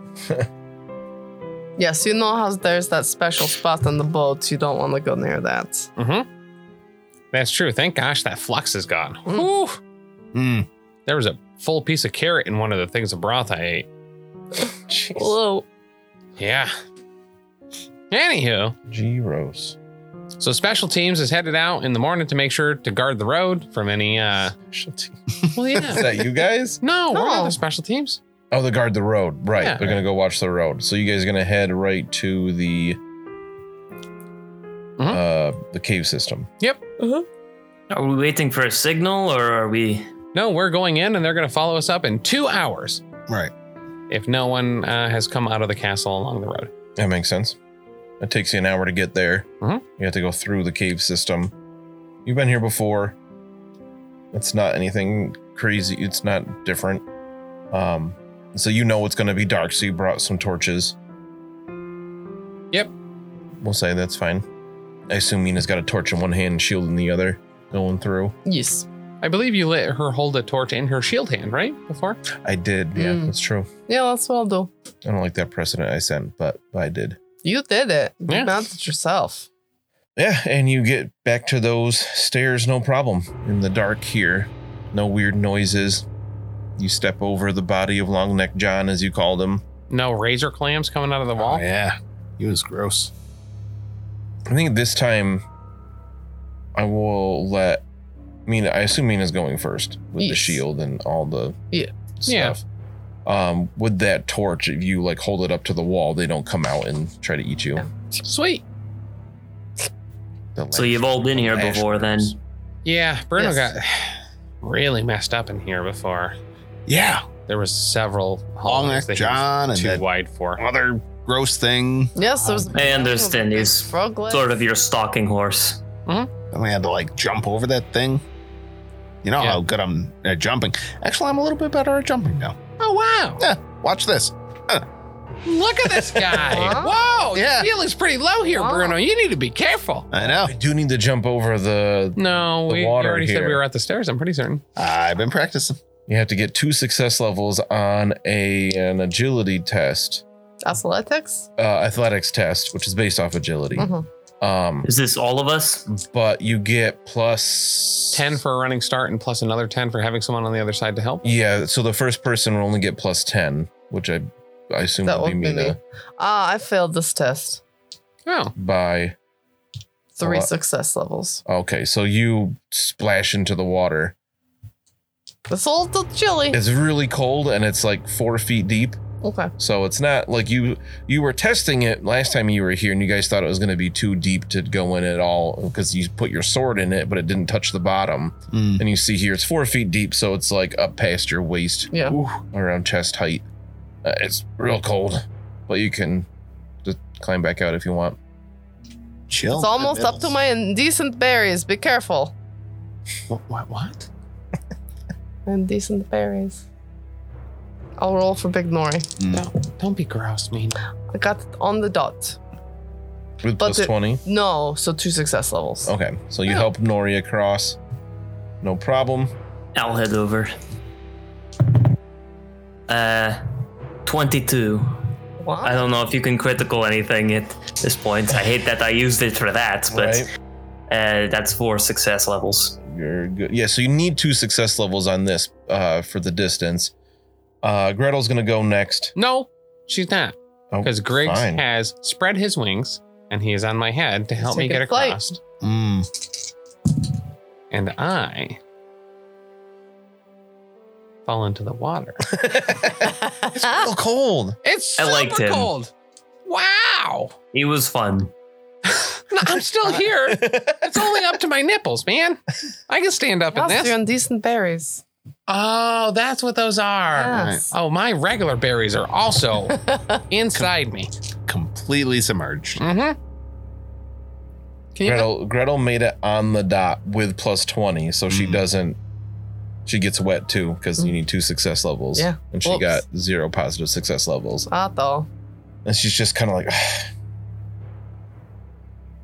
S2: yes, you know how there's that special spot on the boat. You don't want to go near that.
S6: mm-hmm. That's true. Thank gosh that flux is gone.
S2: Mm.
S6: Whew.
S5: Hmm.
S6: There was a full piece of carrot in one of the things of broth I ate.
S2: Whoa.
S6: Yeah. Anywho,
S3: G Rose.
S6: So special teams is headed out in the morning to make sure to guard the road from any. uh Well,
S3: Is
S6: yeah.
S3: that you guys?
S6: No, we're not
S2: No.
S6: the special teams.
S3: Oh, the guard the road. Right.
S6: Yeah.
S3: They're gonna go watch the road. So you guys are gonna head right to the uh the cave system.
S4: Are we waiting for a signal or are we?
S6: No, we're going in, and they're going to follow us up in two hours
S5: Right.
S6: if no one uh, has come out of the castle along the road.
S3: That makes sense. It takes you an hour to get there.
S6: Mhm.
S3: You have to go through the cave system. You've been here before. It's not anything crazy. It's not different. Um, so you know it's going to be dark. So you brought some torches.
S6: Yep.
S3: We'll say that's fine. I assume Mina's got a torch in one hand, and shield in the other, going through.
S2: Yes.
S6: I believe you let her hold a torch in her shield hand, right? Before?
S3: I did. Yeah,
S2: Mm.
S3: that's true.
S2: Yeah, that's what I'll do.
S3: I don't like that precedent I sent, but, but I did.
S2: You did it. You
S6: Yeah.
S2: mounted yourself.
S3: Yeah, and you get back to those stairs no problem. In the dark here, no weird noises. You step over the body of Long Neck John, as you called him.
S6: No razor clams coming out of the wall.
S5: Oh, yeah. He was gross.
S3: I think this time I will let Mina, I assume Mina's going first with the
S2: Yes.
S3: shield and all the
S2: Yeah.
S6: Yeah.
S3: stuff. Um, with that torch, if you like hold it up to the wall, they don't come out and try to eat you.
S6: Sweet.
S3: The
S4: So
S3: lash-
S4: you've all been here
S3: lash
S4: before then.
S3: burns.
S6: Yeah, Bruno
S2: Yes.
S6: got really messed up in here before.
S5: Yeah.
S6: There was several hallways
S5: Long neck
S6: that he was
S5: John and
S6: too
S5: that
S6: wide for.
S5: other gross thing.
S2: Yes, there's
S4: I understand.
S2: Big
S4: He's
S2: frog legs.
S4: sort of your stalking horse.
S5: Then we had to like jump over that thing. You know
S6: Yeah.
S5: how good I'm at jumping. Actually, I'm a little bit better at jumping now.
S6: Oh wow!
S5: Yeah. Watch this.
S6: Look at this guy.
S2: Huh?
S6: Whoa,
S5: Yeah.
S6: the ceiling's pretty low here,
S2: Wow.
S6: Bruno. You need to be careful.
S5: I know.
S3: I do need to jump over the.
S6: No,
S3: The
S6: we you
S3: water
S6: already said
S3: here.
S6: we were at the stairs. I'm pretty certain.
S5: I've been practicing.
S3: You have to get two success levels on a an agility test.
S2: athletics.
S3: uh, athletics test, which is based off agility.
S2: Mhm.
S3: Um,
S4: Is this all of us?
S3: but you get plus
S6: 10 for a running start and plus another 10 for having someone on the other side to help.
S3: Yeah, so the first person will only get plus ten, which I I assume
S2: That
S3: will be
S2: would be
S3: Mina
S2: me. Ah, I failed this test.
S6: Oh,
S3: by.
S2: Three
S3: Oh, I-
S2: success levels.
S3: Okay, so you splash into the water.
S2: It's a little chilly.
S3: It's really cold and it's like four feet deep,
S2: Okay.
S3: so it's not like you you were testing it last time you were here, and you guys thought it was going to be too deep to go in at all because you put your sword in it, but it didn't touch the bottom.
S5: Mm.
S3: And you see here it's four feet deep, so it's like up past your waist.
S2: Yeah.
S5: Ooh.
S3: around chest height. Uh, it's real cold, but you can just climb back out if you want.
S5: Chill.
S2: It's almost up to my indecent berries. Be careful.
S5: What? What? what?
S2: Indecent berries. I'll roll for Big Nori.
S6: Don't be gross, mean.
S2: I got it on the dot.
S3: With
S2: But
S3: plus
S2: the- Oh.
S3: 20.
S2: No, so two success levels.
S3: Okay, so you help Nori across. No problem.
S4: I'll head over. Uh, 22.
S2: Wow.
S4: I don't know if you can critical anything at this point. I hate that I used it for that, but
S3: Right.
S4: uh, that's four success levels.
S3: You're good. Yeah, so you need two success levels on this uh, for the distance. Uh, Gretel's gonna go next.
S6: No, she's not.
S3: Oh,
S6: Because Griggs
S3: fine.
S6: has spread his wings and he is on my head to help me
S2: taking
S6: get
S2: flight.
S6: across.
S5: Mm.
S6: And I fall into the water.
S3: it's real cold.
S6: It's
S4: I
S6: super
S4: liked him.
S6: cold. Wow.
S4: It was fun.
S6: No, I'm still here. It's only up to my nipples, man. I can stand up in
S2: Plus
S6: this.
S2: your indecent berries.
S6: Oh, that's what those are.
S2: Yes.
S6: Oh, my regular berries are also inside me.
S5: Completely submerged.
S6: Mm-hmm. Can you?
S3: Gretel, Gretel made it on the dot with plus 20, so she
S5: Mm.
S3: doesn't. She gets wet too because you need two success levels.
S2: Yeah.
S3: And she
S2: Whoops.
S3: got zero positive success levels.
S2: Ah, though.
S3: And she's just kind of like,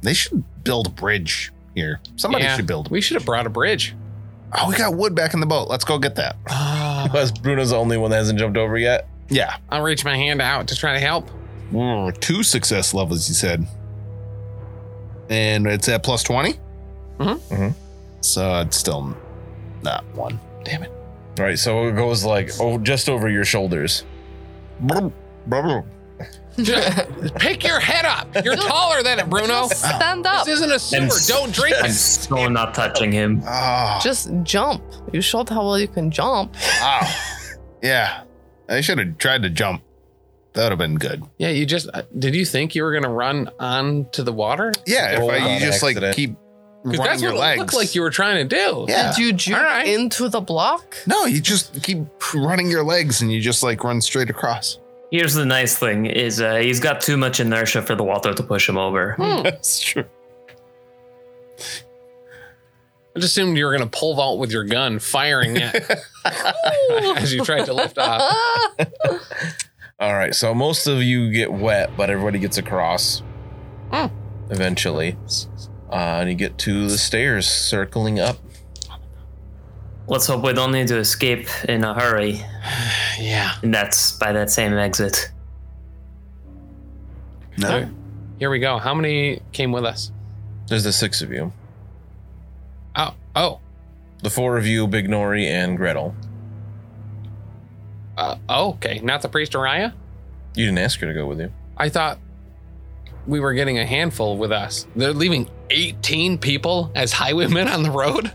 S5: They should build a bridge here. Somebody
S6: Yeah.
S5: should build. a-
S6: we should have brought a bridge.
S5: Oh, we got wood back in the boat. Let's go get that.
S6: Ah,
S3: because Bruno's the only one that hasn't jumped over yet.
S5: Yeah.
S6: I'll reach my hand out to try to help.
S5: Mm, two success levels, you said. And it's at plus 20?
S6: Mhm.
S2: Mm-hmm.
S3: Mhm.
S5: So it's still not one. Damn it.
S3: All right, so it goes like oh, just over your shoulders.
S5: Brum, brum.
S6: Pick your head up. You're taller than it, Bruno.
S2: Just stand up.
S6: This isn't a sewer.
S4: I'm
S6: Don't drink
S4: I'm
S6: it.
S4: so not touching him.
S5: Ah,
S2: Just jump. You showed how well you can jump.
S5: wow. yeah. I should have tried to jump. That would have been good.
S6: Yeah, you just. uh, did you think you were gonna run onto the water?
S5: Yeah, if
S3: Roll
S5: I,
S3: on
S5: you just like
S3: accident.
S5: keep
S6: Because
S5: running
S6: that's
S5: your
S6: what
S5: legs.
S6: it looked like you were trying to do.
S5: yeah.
S2: Did you jump
S6: All right.
S2: into the block?
S5: no, you just keep running your legs and you just like run straight across.
S4: Here's the nice thing: is uh, he's got too much inertia for the water to push him over.
S6: Hmm.
S5: That's true.
S6: I just assumed you were gonna pole vault with your gun, firing it as you tried to lift off.
S3: All right, so most of you get wet, but everybody gets across
S6: Hmm.
S3: eventually. Uh, and you get to the stairs circling up.
S4: Let's hope we don't need to escape in a hurry.
S6: Yeah.
S4: And that's by that same exit.
S5: No.
S6: Here we go. How many came with us?
S3: There's the six of you
S6: Oh, oh,
S3: the four of you, Big Nori, and Gretel.
S6: uh, oh, okay. Not the priest Araya.
S3: You didn't ask her to go with you.
S6: I thought we were getting a handful with us. They're leaving 18 people as highwaymen on the road.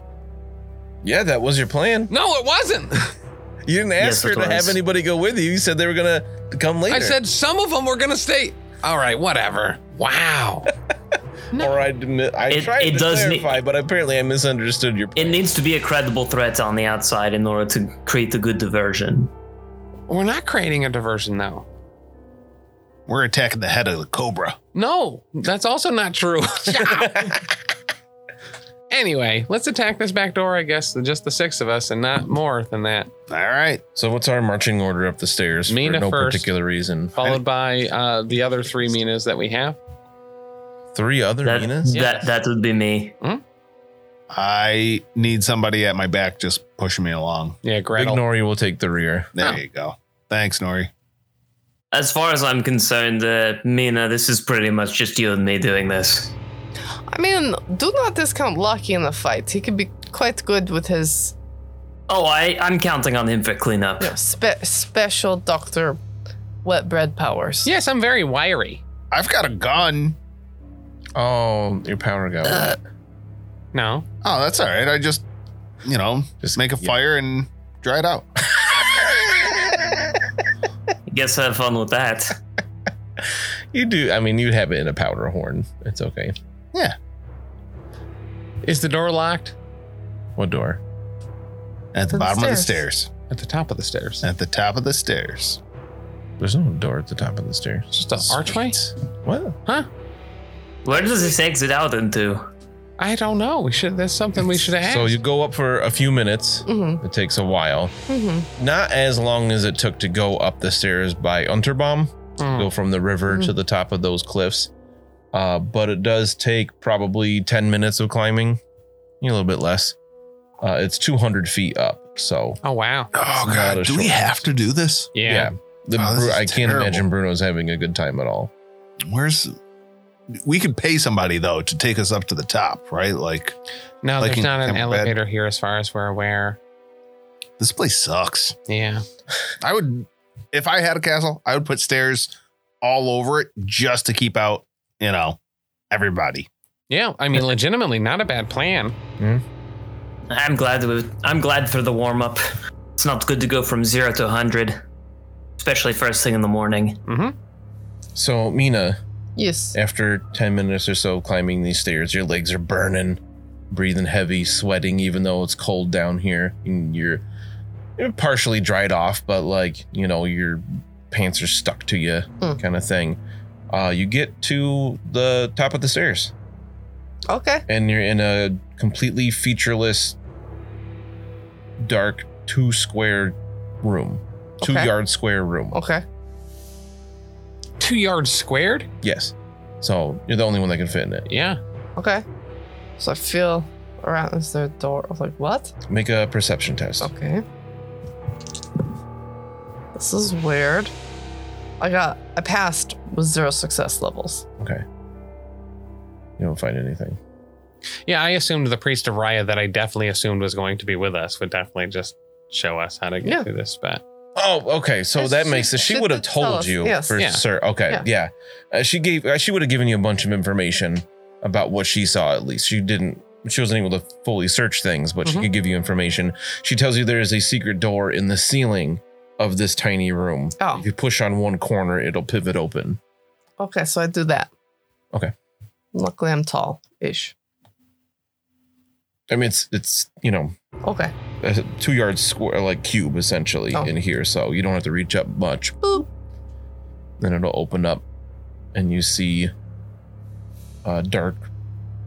S3: Yeah, that was your plan.
S6: No, it wasn't.
S3: You didn't ask
S4: Yes,
S3: her
S4: it
S3: to
S4: was.
S3: have anybody go with you. You said they were going to come later.
S6: I said some of them were gonna stay. All right, whatever. Wow.
S3: Or I, admi- I
S4: It-
S3: tried
S4: it
S3: to
S4: does need-
S3: clarify, but apparently I misunderstood your
S4: It
S3: plan.
S4: needs to be a credible threat on the outside in order to create a good diversion.
S6: We're not creating a diversion though.
S5: We're attacking the head of the cobra.
S6: No, that's also not true. anyway, let's attack this back door, I guess, just the six of us and not more than that.
S5: All right.
S3: so what's our marching order up the stairs
S6: Mina
S3: for no
S6: first.
S3: particular reason?
S6: Followed by uh, the other three Minas that we have.
S3: Three other
S4: That,
S3: Minas?
S6: Yes.
S4: that that would be me.
S5: I need somebody at my back just pushing me along.
S6: Yeah,
S3: Big
S6: Gretel.
S3: Nori will take the rear.
S5: There
S6: Oh.
S5: you go. Thanks, Nori.
S4: As far as I'm concerned, uh, Mina, this is pretty much just you and me doing this.
S2: I mean, do not discount Lucky in the fight. He could be quite good with his
S4: Oh, I I'm counting on him for cleanup.
S2: you know, spe- special doctor wet bread powers.
S6: Yes, I'm very wiry.
S5: I've got a gun.
S3: Oh, your power got wet.
S6: No.
S5: Oh, that's all right. I just, you know, just
S3: Just-
S5: make a
S3: yeah.
S5: fire and dry it out.
S4: Guess have fun with that.
S3: You do. I mean, you have it in a powder horn. It's okay.
S6: Is the door locked?
S3: What door?
S5: At the
S2: the
S5: bottom of the
S2: stairs.
S5: stairs.
S6: At the top of the stairs.
S5: At the top of the stairs.
S3: There's no door at the top of the stairs.
S6: It's just an archway.
S3: What?
S4: Where does this exit out into?
S6: I don't know. We should. That's something we should have asked.
S3: So you go up for a few minutes.
S2: Mm-hmm.
S3: It takes a while.
S2: Mm-hmm.
S3: Not as long as it took to go up the stairs by Unterbaum,
S6: Mm.
S3: go from the river to the top of those cliffs. Uh, but it does take probably 10 minutes of climbing, a little bit less. Uh, it's 200 feet up. So,
S6: Oh wow.
S5: Oh
S3: It's not a
S5: god, do we
S3: short
S5: have to do this?
S3: yeah. The
S5: Oh, this
S3: Bru-
S5: is
S3: I can't
S5: terrible.
S3: imagine Bruno's having a good time at all.
S5: Where's we could pay somebody though to take us up to the top, right? Like
S6: No,
S5: Like
S6: there's
S5: in
S6: not an
S5: Camp Bed.
S6: elevator here, as far as we're aware.
S5: this place sucks.
S6: Yeah.
S5: I would if I had a castle, I would put stairs all over it just to keep out, you know, everybody.
S6: Yeah. I mean, legitimately, not a bad plan.
S4: I'm glad that we- I'm glad for the warm up. It's not good to go from zero to hundred, especially first thing in the morning.
S3: So, Mina,
S2: Yes.
S3: After 10 minutes or so of climbing these stairs, your legs are burning, breathing heavy, sweating, even though it's cold down here. And you're you're partially dried off, but like, you know, your pants are stuck to you,
S5: Hmm.
S2: Mm.
S3: kind of thing. Uh, you get to the top of the stairs,
S2: Okay.
S3: and you're in a completely featureless, dark, two square room, two
S2: Okay.
S3: yard square room.
S2: Okay.
S6: Two yards squared.
S3: Yes. So you're the only one that can fit in it.
S6: Yeah.
S2: Okay. So I feel around. Is there a door? I was like, what?
S3: Make a perception test.
S2: Okay. This is weird. I got. I passed with zero success levels.
S3: You don't find anything.
S6: Yeah. I assumed the priest of Raya that I definitely assumed was going to be with us would definitely just show us how to get
S2: Yeah.
S6: through this spot.
S3: Oh, okay. So
S2: Yes,
S3: that
S2: she-
S3: makes sense. She
S2: she
S3: would have
S2: did tell
S3: told
S2: us.
S3: you
S2: Yes.
S3: for
S6: Yeah.
S3: sure. Okay,
S2: Yeah.
S3: yeah. Uh, she gave. Uh, she would have given you a bunch of information about what she saw. At least she didn't. She wasn't able to fully search things, but she
S2: Mm-hmm.
S6: Mhm.
S3: could give you information. She tells you there is a secret door in the ceiling of this tiny room.
S2: Oh.
S3: If you push on one corner, it'll pivot open.
S2: Okay, so I do that.
S3: Okay.
S2: Luckily, I'm tall ish.
S3: I mean, it's it's you know
S2: Okay.
S3: a two yard square like cube essentially
S2: Oh.
S3: in here, so you don't have to reach up much.
S2: Boop.
S3: Then it'll open up, and you see a dark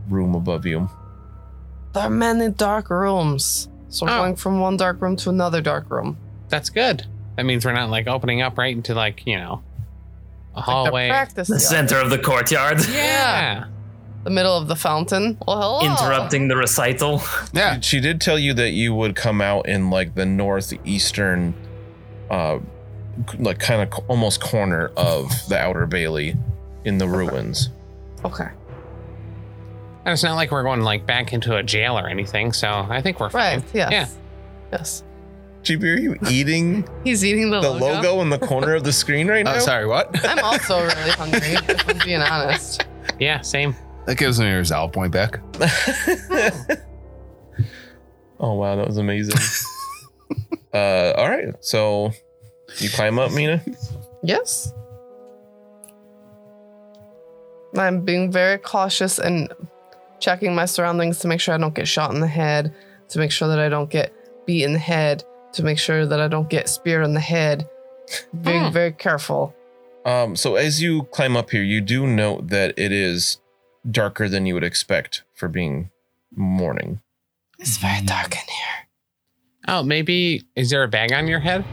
S3: room above you.
S2: There are many dark rooms. So I'm
S6: Oh.
S2: going from one dark room to another dark room.
S6: That's good. That means we're not like opening up right into like you know a
S2: Like
S6: hallway.
S2: the practice.
S4: The
S2: yard.
S4: center of the courtyard,
S6: yeah.
S2: The middle of the fountain. Well, hello.
S4: interrupting the recital.
S5: Yeah.
S3: She did tell you that you would come out in like the northeastern, uh, c- like kind of almost corner of the outer Bailey, in the ruins.
S2: Okay.
S6: And it's not like we're going like back into a jail or anything. So I think we're fine.
S2: Right. Yes. Yes.
S3: GB, are you eating
S2: He's eating the,
S3: the logo in the corner of the screen right now?
S5: Oh, sorry, what?
S2: I'm also really hungry, if I'm being honest.
S6: Yeah. Same.
S5: That gives me a resolve point back.
S3: oh wow, that was amazing. uh, all right, so you climb up, Mina.
S2: Yes. I'm being very cautious and checking my surroundings to make sure I don't get shot in the head, to make sure that I don't get beat in the head, to make sure that I don't get spear in the head. Being
S6: Hmm.
S2: very careful.
S3: Um, so as you climb up here, you do note that it is darker than you would expect for being morning.
S2: It's very dark in here.
S6: Oh, maybe is there a bag on your head?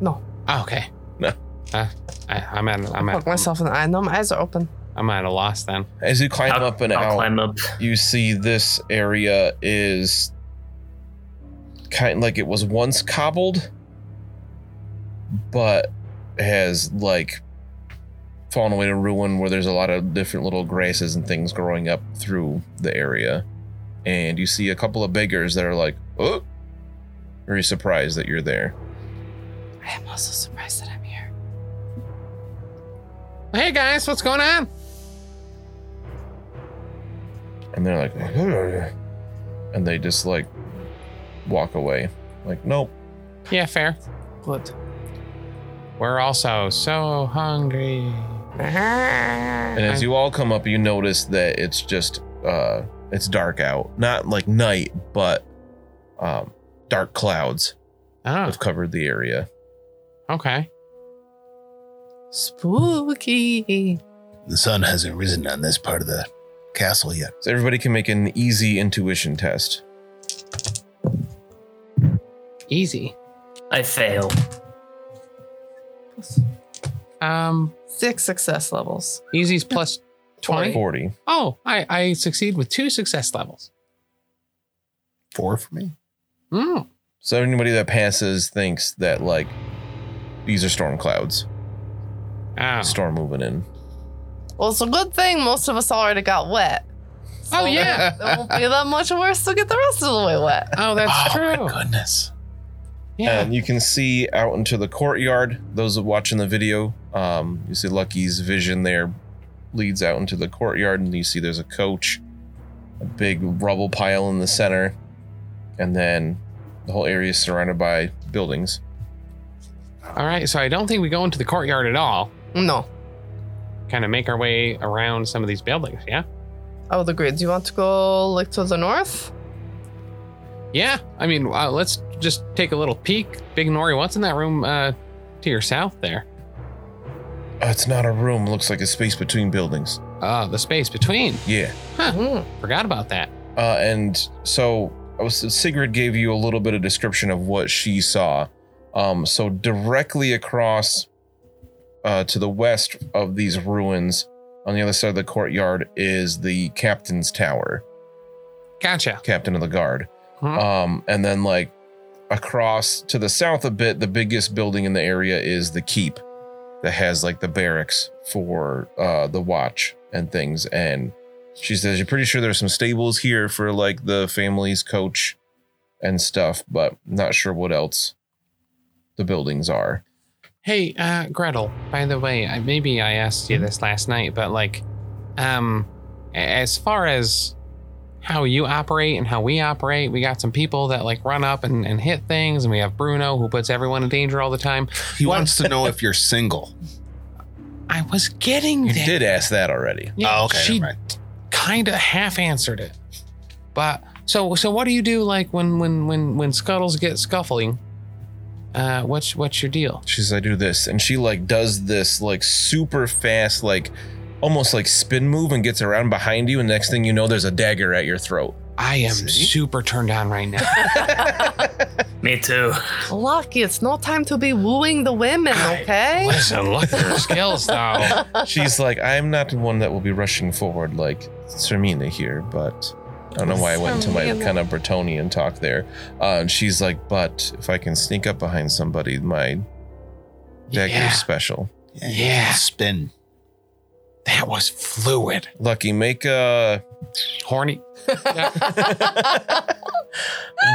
S2: No.
S6: Oh, okay.
S3: No.
S6: Uh, I, I'm at I'm
S2: I
S6: at
S2: poke myself in the eye. No, my eyes are open.
S6: I'm at a loss then.
S3: As you climb
S4: I'll-
S3: up and
S4: I'll
S3: out,
S4: climb up.
S3: you see this area is kind like it was once cobbled, but has like fallen away to ruin where there's a lot of different little grasses and things growing up through the area. And you see a couple of beggars that are like, oh, very surprised that you're there.
S2: I am also surprised that I'm here.
S6: Hey guys, what's going on?
S3: And they're like, "Ugh." and they just like walk away. Like, nope.
S6: Yeah, fair.
S2: Good.
S6: We're also so hungry.
S3: And as you all come up, you notice that it's just uh it's dark out. Not like night, but um dark clouds
S6: Oh,
S3: have covered the area.
S6: Okay.
S2: Spooky.
S5: The sun hasn't risen on this part of the castle yet.
S3: So everybody can make an easy intuition test.
S7: Easy.
S4: I fail.
S7: Um,
S2: Six success levels.
S7: easy's plus 20.
S3: 40.
S7: Oh, I, I succeed with two success levels.
S5: Four for me.
S6: Hmm.
S7: Mm.
S3: So anybody that passes thinks that like these are storm clouds,
S7: Oh.
S3: storm moving in.
S2: Well, it's a good thing most of us already got wet.
S7: Oh, yeah.
S2: It won't be that much worse to get the rest of the way wet.
S7: Oh, that's true.
S5: goodness.
S7: Yeah.
S3: And you can see out into the courtyard. Those watching the video, um, you see Lucky's vision there leads out into the courtyard, and you see there's a coach, a big rubble pile in the center, and then the whole area is surrounded by buildings.
S7: All right.
S6: So I don't think we go into the courtyard at all.
S2: No,
S6: Kind of make our way around some of these buildings. Yeah.
S2: I would agree. Do you want to go like to the north?
S6: Yeah. I mean, uh, let's just take a little peek. Big Nori, what's in that room uh, to your south there?
S3: Oh, it's not a room. Looks like a space between buildings.
S6: Uh, the space between.
S3: Yeah.
S2: Mm.
S6: Forgot about that.
S3: Uh, and so I was, Sigrid gave you a little bit of description of what she saw. Um, so directly across uh, to the west of these ruins, on the other side of the courtyard, is the captain's tower,
S6: Gotcha.
S3: captain of the guard.
S6: Huh.
S3: Um, and then like across to the south a bit, the biggest building in the area is the keep that has like the barracks for uh, the watch and things. And she says, You're pretty sure there's some stables here for like the family's coach and stuff, but not sure what else the buildings are.
S6: Hey, uh, Gretel, by the way, I, maybe I asked
S5: Hmm?
S6: you this last night, but like, um, a- as far as how you operate and how we operate, we got some people that like run up and, and hit things, and we have Bruno who puts everyone in danger all the time.
S5: He
S6: What?
S5: wants to know if you're single.
S6: I was getting
S3: You
S6: there.
S3: did ask that already.
S6: Yeah,
S5: oh, okay.
S6: She
S5: never mind.
S6: kind of half answered it. But so so what do you do like when when when when scuttles get scuffling? Uh what's what's your deal?
S3: She says, I do this. And she like does this like super fast, like almost like spin move and gets around behind you. And next thing you know, there's a dagger at your throat.
S6: I am
S5: See?
S6: super turned on right now.
S4: Me too.
S2: Lucky, it's no time to be wooing the women, okay?
S6: Listen, look at your skills though.
S3: She's like, I'm not the one that will be rushing forward like Sermina here, but I don't know why I went into my
S2: Sermina.
S3: kind of Bretonian talk there. Uh, and she's like, but if I can sneak up behind somebody, my dagger
S6: Yeah.
S3: is special.
S5: Yeah.
S6: Yeah.
S5: Spin.
S6: That was fluid.
S3: Lucky, make a
S6: Horny.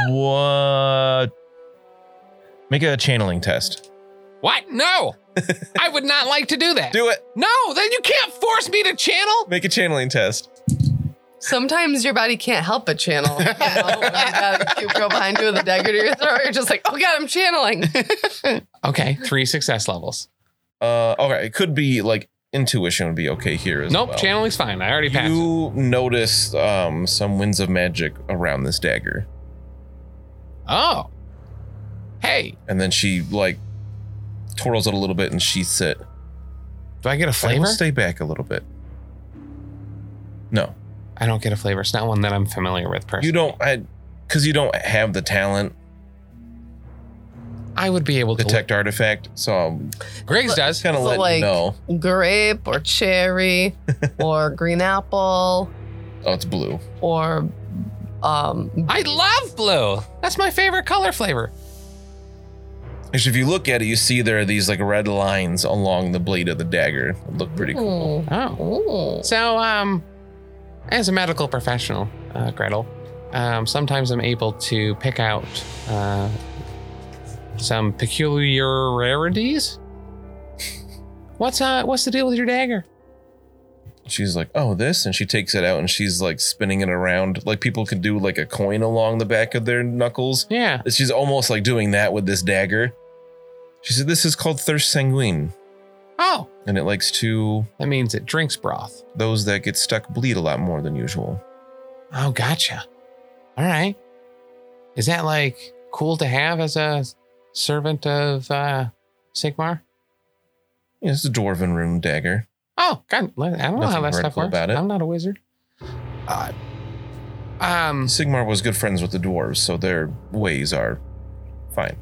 S3: what? Make a channeling test.
S6: What? No. I would not like to do that.
S3: Do it.
S6: No, then you can't force me to channel.
S3: Make a channeling test.
S2: Sometimes your body can't help but channel. You know, when you got a cute girl behind you with a dagger to your throat. You're just like, oh god, I'm channeling.
S6: Okay, three success levels.
S3: Uh, okay, it could be like intuition would be okay here as
S6: Nope,
S3: well.
S6: channeling's fine. I already passed. it.
S3: You notice um, some winds of magic around this dagger.
S6: Oh. Hey,
S3: And then she like twirls it a little bit and sheaths it.
S6: do I get a
S3: I will
S6: flavor?
S3: stay back a little bit. No,
S6: I don't get a flavor. It's not one that I'm familiar with personally.
S3: you don't. I because you don't have the talent
S6: I would be able to.
S3: detect artifact, so I'm
S6: Griggs does.
S3: kind of
S2: So,
S3: letting
S2: like-
S3: you know.
S2: Grape or cherry or green apple
S3: Oh, it's blue.
S2: or um
S6: I love blue. That's my favorite color flavor.
S3: Actually, if you look at it, you see there are these like red lines along the blade of the dagger. It look pretty cool.
S2: mm,
S6: Oh.
S2: mm.
S6: So, um, as a medical professional, uh, Gretel, um, sometimes I'm able to pick out uh, some peculiarities. What's uh, what's the deal with your dagger?
S3: She's like, oh, this, and she takes it out and she's like spinning it around, like people can do like a coin along the back of their knuckles.
S6: Yeah.
S3: She's almost like doing that with this dagger. She said, "This is called thirst sanguine,
S6: Oh,
S3: and it likes to
S6: that means it drinks broth.
S3: those that get stuck bleed a lot more than usual."
S6: Oh, gotcha. All right. Is that like cool to have as a servant of uh, Sigmar?
S3: Yeah, it's a dwarven rune dagger.
S6: Oh, God. I don't know how
S3: Nothing
S6: that stuff
S3: vertical
S6: works.
S3: about it.
S6: I'm not a wizard. Uh, um,
S3: Sigmar was good friends with the dwarves, so their ways are fine.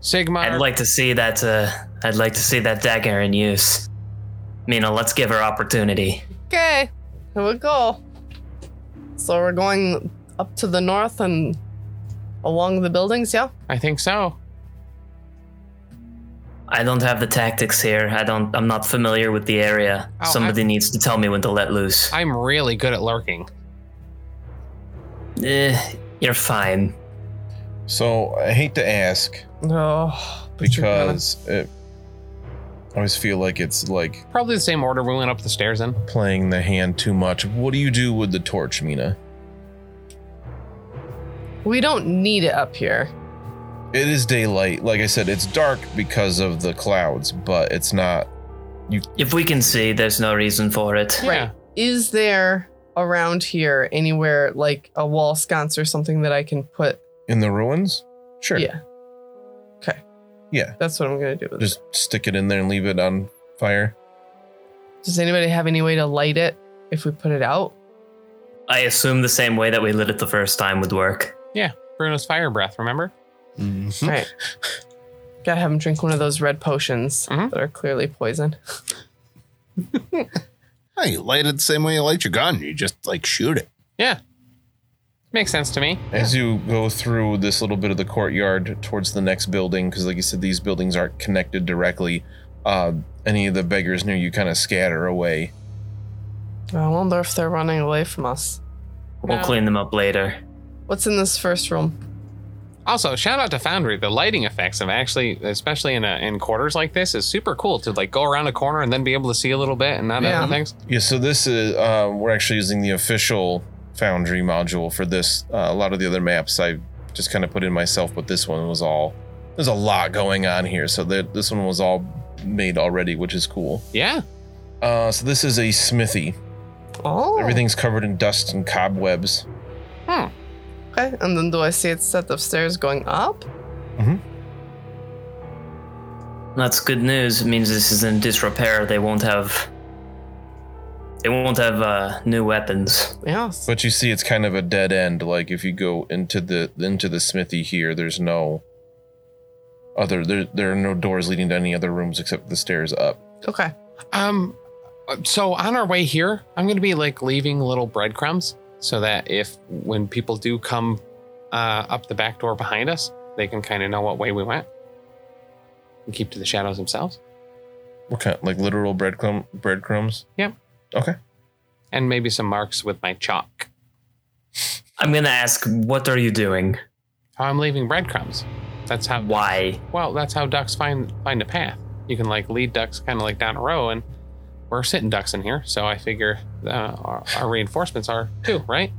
S6: Sigmar.
S4: I'd like to see that. Uh, I'd like to see that dagger in use. Mina, let's give her opportunity.
S2: Okay, here we go. So we're going up to the north and along the buildings, yeah?
S6: I think so.
S4: I don't have the tactics here. I don't. I'm not familiar with the area.
S6: Oh,
S4: Somebody needs to tell me when to let loose.
S6: I'm really good at lurking.
S4: Eh, you're fine.
S3: So I hate to ask
S2: No.
S3: because it, I always feel like it's like
S6: Probably the same order we went up the stairs in.
S3: playing the hand too much. What do you do with the torch, Mina?
S2: We don't need it up here.
S3: It is daylight. Like I said, it's dark because of the clouds, but it's not.
S4: If we can see, there's no reason for it.
S6: Yeah.
S2: Is there around here anywhere like a wall sconce or something that I can put?
S3: In the ruins? Sure.
S2: Yeah. Okay.
S3: Yeah.
S2: That's what I'm going to do with
S3: Just stick it in there and leave it on fire.
S2: it. Does anybody have any way to light it if we put it out?
S4: I assume the same way that we lit it the first time would work.
S6: Bruno's fire breath, remember?
S5: Mm.
S3: Hmm.
S2: All right. Gotta have him drink one of those red potions
S3: Mm-hmm.
S6: Mhm.
S2: that are clearly poison.
S5: Oh, you light it the same way you light your gun. You just like shoot it.
S6: Makes sense to me.
S3: As you go through this little bit of the courtyard towards the next building, because like you said, these buildings aren't connected directly. Uh, any of the beggars near you kind of scatter away.
S2: I wonder if they're running away from us.
S4: We'll clean them up later.
S2: What's in this first room?
S6: Also, shout out to Foundry. The lighting effects of actually, especially in a, in quarters like this, is super cool to like go around a corner and then be able to see a little bit and not
S2: Yeah.
S6: other things.
S3: Yeah, so this is uh, we're actually using the official Foundry module for this. Uh, a lot of the other maps I just kind of put in myself, but this one was all there's a lot going on here. So that this one was all made already, which is cool.
S6: Yeah.
S3: Uh, so this is a smithy.
S2: Oh,
S3: Everything's covered in dust and cobwebs.
S2: Okay, and then do I see it set of stairs going up?
S4: That's good news. It means this is in disrepair. They won't have. They won't have uh, new weapons.
S2: Yes.
S3: But you see, it's kind of a dead end. Like if you go into the into the smithy here, there's no other there there are no doors leading to any other rooms except the stairs up.
S2: Okay.
S6: Um. So on our way here, I'm gonna be like leaving little breadcrumbs so that if when people do come uh, up the back door behind us, they can kind of know what way we went and keep to the shadows themselves.
S3: What kind? Like literal breadcrumb breadcrumbs.
S6: And maybe some marks with my chalk.
S4: I'm gonna ask, what are you doing?
S6: How I'm leaving breadcrumbs. That's how
S4: Why?
S6: Well, that's how ducks find find a path. You can like lead ducks kind of like down a row, and we're sitting ducks in here, so I figure uh, our, our reinforcements are too, right?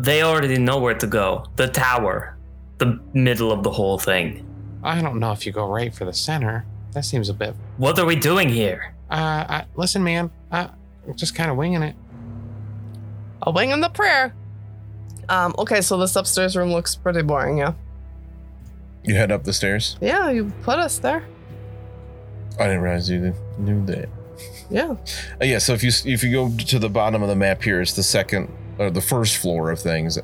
S4: They already know where to go. The tower, the middle of the whole thing.
S6: I don't know if you go right for the center. That seems a bit.
S4: What are we doing here?
S6: Uh, I, listen, man, I, I'm just kind of winging it.
S2: I'll wing in the prayer. Um, okay, so this upstairs room looks pretty boring, yeah?
S3: You head up the stairs.
S2: Yeah, you put us there.
S3: I didn't realize you knew that.
S2: Yeah.
S3: Uh, yeah. So if you s- if you go to the bottom of the map here, it's the second or the first floor of things,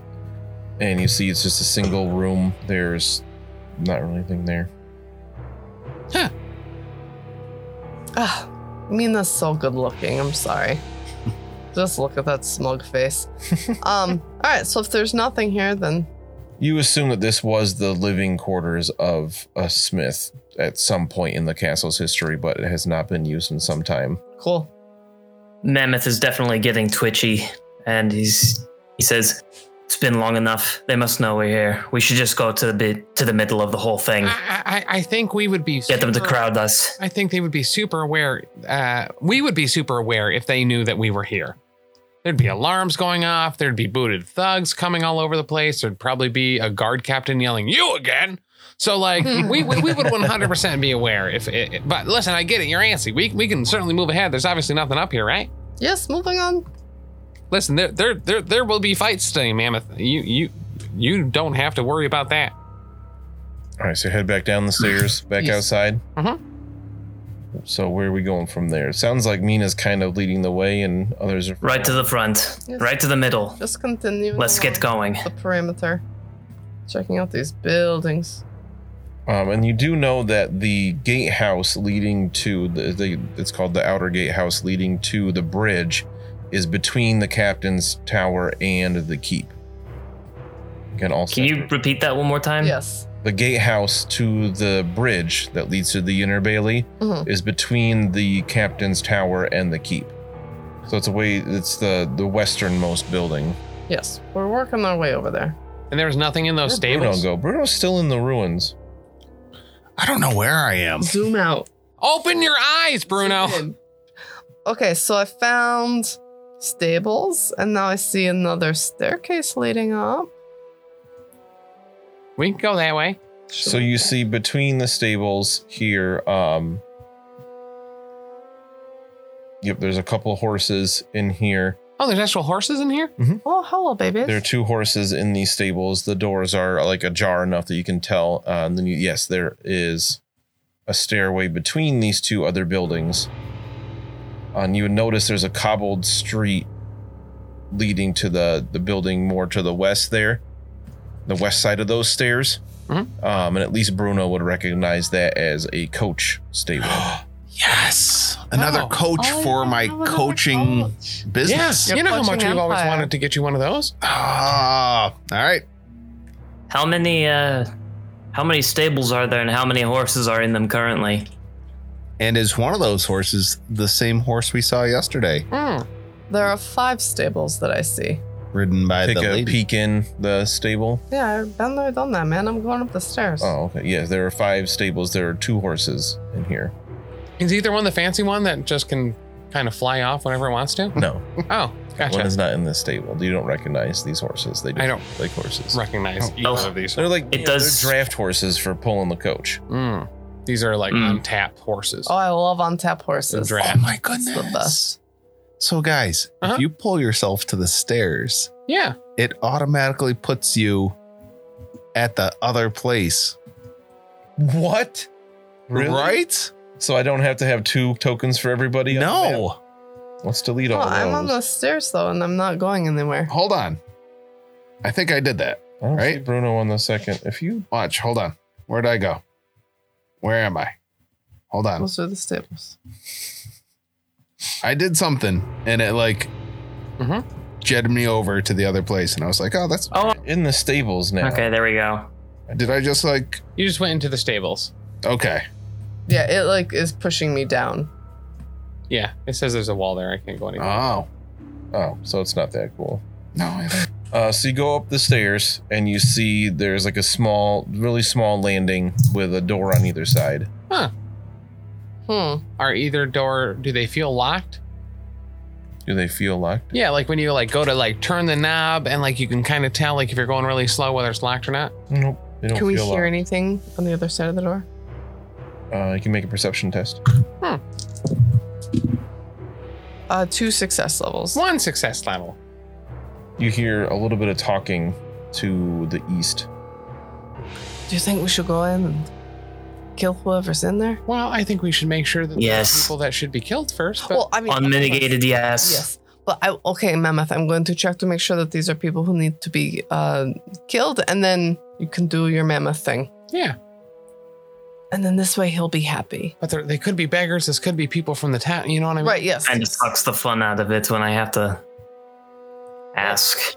S3: and you see it's just a single room. There's not really anything there.
S2: Ah, Mina's so good looking. I'm sorry. Just look at that smug face. Um, all right, so if there's nothing here, then
S3: You assume that this was the living quarters of a smith at some point in the castle's history, but it has not been used in some time.
S2: cool.
S4: Mammoth is definitely getting twitchy, and he's he says, "It's been long enough. They must know we're here. We should just go to the bit to the middle of the whole thing.
S6: I, I, I think we would be
S4: Get them to
S6: super-
S4: crowd us.
S6: I think they would be super aware. Uh, we would be super aware if they knew that we were here. There'd be alarms going off. There'd be booted thugs coming all over the place. There'd probably be a guard captain yelling, "You again!" So like we, we we would 100% be aware if. It, but listen, I get it. You're antsy. We we can certainly move ahead. There's obviously nothing up here, right?
S2: Yes, moving on.
S6: Listen, there there there there will be fights today, Mammoth. You you you don't have to worry about that.
S3: All right, so head back down the stairs, back
S2: Yes.
S3: outside.
S4: Uh-huh.
S7: Mhm.
S3: So where are we going from there? It sounds like Mina's kind of leading the way, and others are
S4: Right to the front.
S2: Yes.
S4: Right to the middle.
S2: Just continue.
S4: Let's get going.
S2: The perimeter. Checking out these buildings.
S3: Um, and you do know that the gatehouse leading to the, the it's called the outer gatehouse leading to the bridge is between the captain's tower and the keep. Again, also
S4: Can you repeat that one more time?
S2: Yes.
S3: the gatehouse to the bridge that leads to the inner bailey
S2: Mhm.
S3: is between the captain's tower and the keep. So it's a way it's the the westernmost building.
S2: Yes. We're working our way over there.
S7: And there was nothing in those
S3: Where'd Bruno
S7: stables.
S3: go? Bruno's still in the ruins.
S5: I don't know where I am.
S2: Zoom out.
S7: Open your eyes, Bruno.
S2: Okay, so I found stables, and now I see another staircase leading up.
S7: We can go that way.
S3: So you see between the stables here, um Yep, there's a couple horses in here.
S7: Oh, there's actual horses in here?
S2: Oh, hello, babies.
S3: There are two horses in these stables. The doors are like ajar enough that you can tell. Uh, and then you, yes, there is a stairway between these two other buildings. Uh, And you would notice there's a cobbled street leading to the the building more to the west there, the west side of those stairs.
S7: Mhm.
S5: Mm-hmm.
S3: Um, and at least Bruno would recognize that as a coach stable.
S5: Yes. Another
S7: Oh.
S5: coach for my coaching
S2: Oh.
S5: business.
S7: Yeah. You know how
S2: Coaching
S7: much we've always
S2: empire.
S7: wanted to get you one of those?
S5: Ah, all right.
S4: How many uh how many stables are there and how many horses are in them currently?
S5: And is one of those horses the same horse we saw yesterday,
S7: Hmm.
S2: There are five stables that I see.
S5: ridden by
S3: Take a
S5: the lady?
S3: peek in the stable.
S2: Yeah, I've been there, done that, man. I'm going up the stairs.
S3: Oh, okay. Yeah, there are five stables. There are two horses in here.
S7: Is either one the fancy one that just can kind of fly off whenever it wants to?
S3: No.
S7: Oh,
S3: One
S7: gotcha.
S3: is not in this stable. You don't recognize these horses. They
S7: I don't
S3: like horses.
S7: recognize either
S4: Oh.
S7: of these.
S3: They're like
S4: It
S3: you know, they're
S4: does-
S3: draft horses for pulling the coach.
S7: Hmm. These are like
S4: Hmm.
S5: Mm.
S7: on tap horses.
S2: Oh, I love on tap
S7: The
S2: horses.
S5: Oh
S7: draft.
S5: my
S2: the
S5: goodness.
S2: best.
S5: So guys,
S7: Uh-huh.
S5: if you pull yourself to the stairs,
S7: Yeah.
S5: it automatically puts you at the other place.
S3: What? Really?
S5: Right?
S3: So I don't have to have two tokens for everybody. on the map?
S5: No.
S3: Let's delete
S2: Oh,
S3: all
S2: I'm on
S3: those. Oh,
S2: the stairs though, and I'm not going anywhere.
S5: Hold on. I think I did that.
S3: I don't see
S5: right?
S3: Bruno on the second. If you
S5: Watch. Hold on. Where'd I go? Where am I? Hold on.
S2: Those are the stables.
S5: I did something and it like
S7: Mhm.
S5: jetted me over to the other place. And I was like, oh, that's.
S4: Oh
S3: in the stables now.
S4: okay, there we go.
S5: Did I just like.
S7: You just went into the stables.
S5: Okay.
S2: Yeah, it like is pushing me down.
S7: Yeah. It says there's a wall there. I can't go anywhere.
S5: Oh.
S3: Oh, so it's not that cool.
S5: No. I-
S3: Uh, so you go up the stairs and you see there's like a small, really small landing with a door on either side.
S2: Hmm.
S7: Are either door do they feel locked?
S3: Do they feel locked?
S7: Yeah, like when you like go to like turn the knob and like you can kind of tell like if you're going really slow whether it's locked or not.
S3: Nope. They don't
S2: Can we
S3: feel
S2: hear
S3: locked.
S2: anything on the other side of the door?
S3: Uh, you can make a perception test.
S2: Uh, two success levels.
S7: One success level.
S3: You hear a little bit of talking to the east.
S2: Do you think we should go in and kill whoever's in there?
S7: Well, I think we should make sure that there are
S4: Yes.
S7: people that should be killed first. But
S2: Well, I mean,
S4: Unmitigated yes.
S2: Yes. But I okay, Mammoth. I'm going to check to make sure that these are people who need to be uh, killed, and then you can do your Mammoth thing,
S7: yeah,
S2: and then this way he'll be happy.
S7: but they're- they could be beggars. This could be people from the town. You know what I mean?
S2: Right? Yes.
S4: Kind of sucks the fun out of it when I have to ask.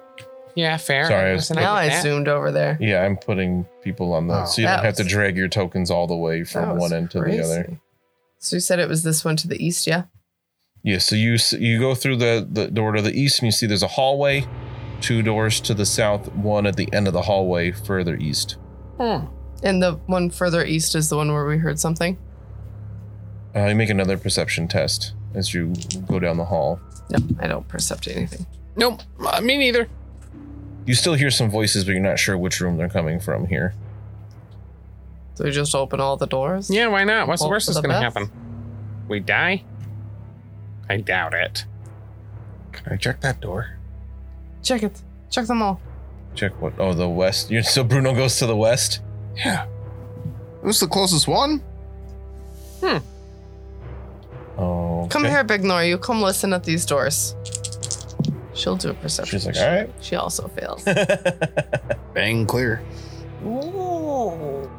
S7: Yeah, fair.
S3: Sorry, I was-
S7: Listen,
S2: Now
S7: I
S2: I
S7: get that.
S2: zoomed over there.
S3: Yeah, I'm putting people on the
S5: Oh.
S3: so you
S2: That
S3: don't have to
S2: was-
S3: drag your tokens all the way
S2: That
S3: from
S2: was
S3: one end to the other.
S2: crazy. So you said it was this one to the east, yeah?
S3: Yeah, so you s- you go through the the door to the east and you see there's a hallway, two doors to the south, one at the end of the hallway further east.
S7: Hmm.
S2: And the one further east is the one where we heard something.
S3: Uh, you make another perception test as you go down the hall.
S2: No, I don't percept anything.
S7: Nope, uh, me neither.
S3: You still hear some voices, but you're not sure which room they're coming from here.
S2: So we just open all the doors.
S7: Yeah, why not? What's the
S2: Hope
S7: worst
S2: for
S7: that's
S2: the
S7: gonna
S2: best.
S7: happen? We die? I doubt it.
S5: Can I check that door?
S2: Check it. Check them all.
S3: Check what? Oh, the west. You're, so Bruno goes to the west.
S5: Yeah. Who's the closest one?
S3: Oh,
S2: Hmm. Come here, Big Nora. You come listen at these doors. She'll do a perception.
S3: She's like, all right.
S2: She also fails.
S5: Bang clear.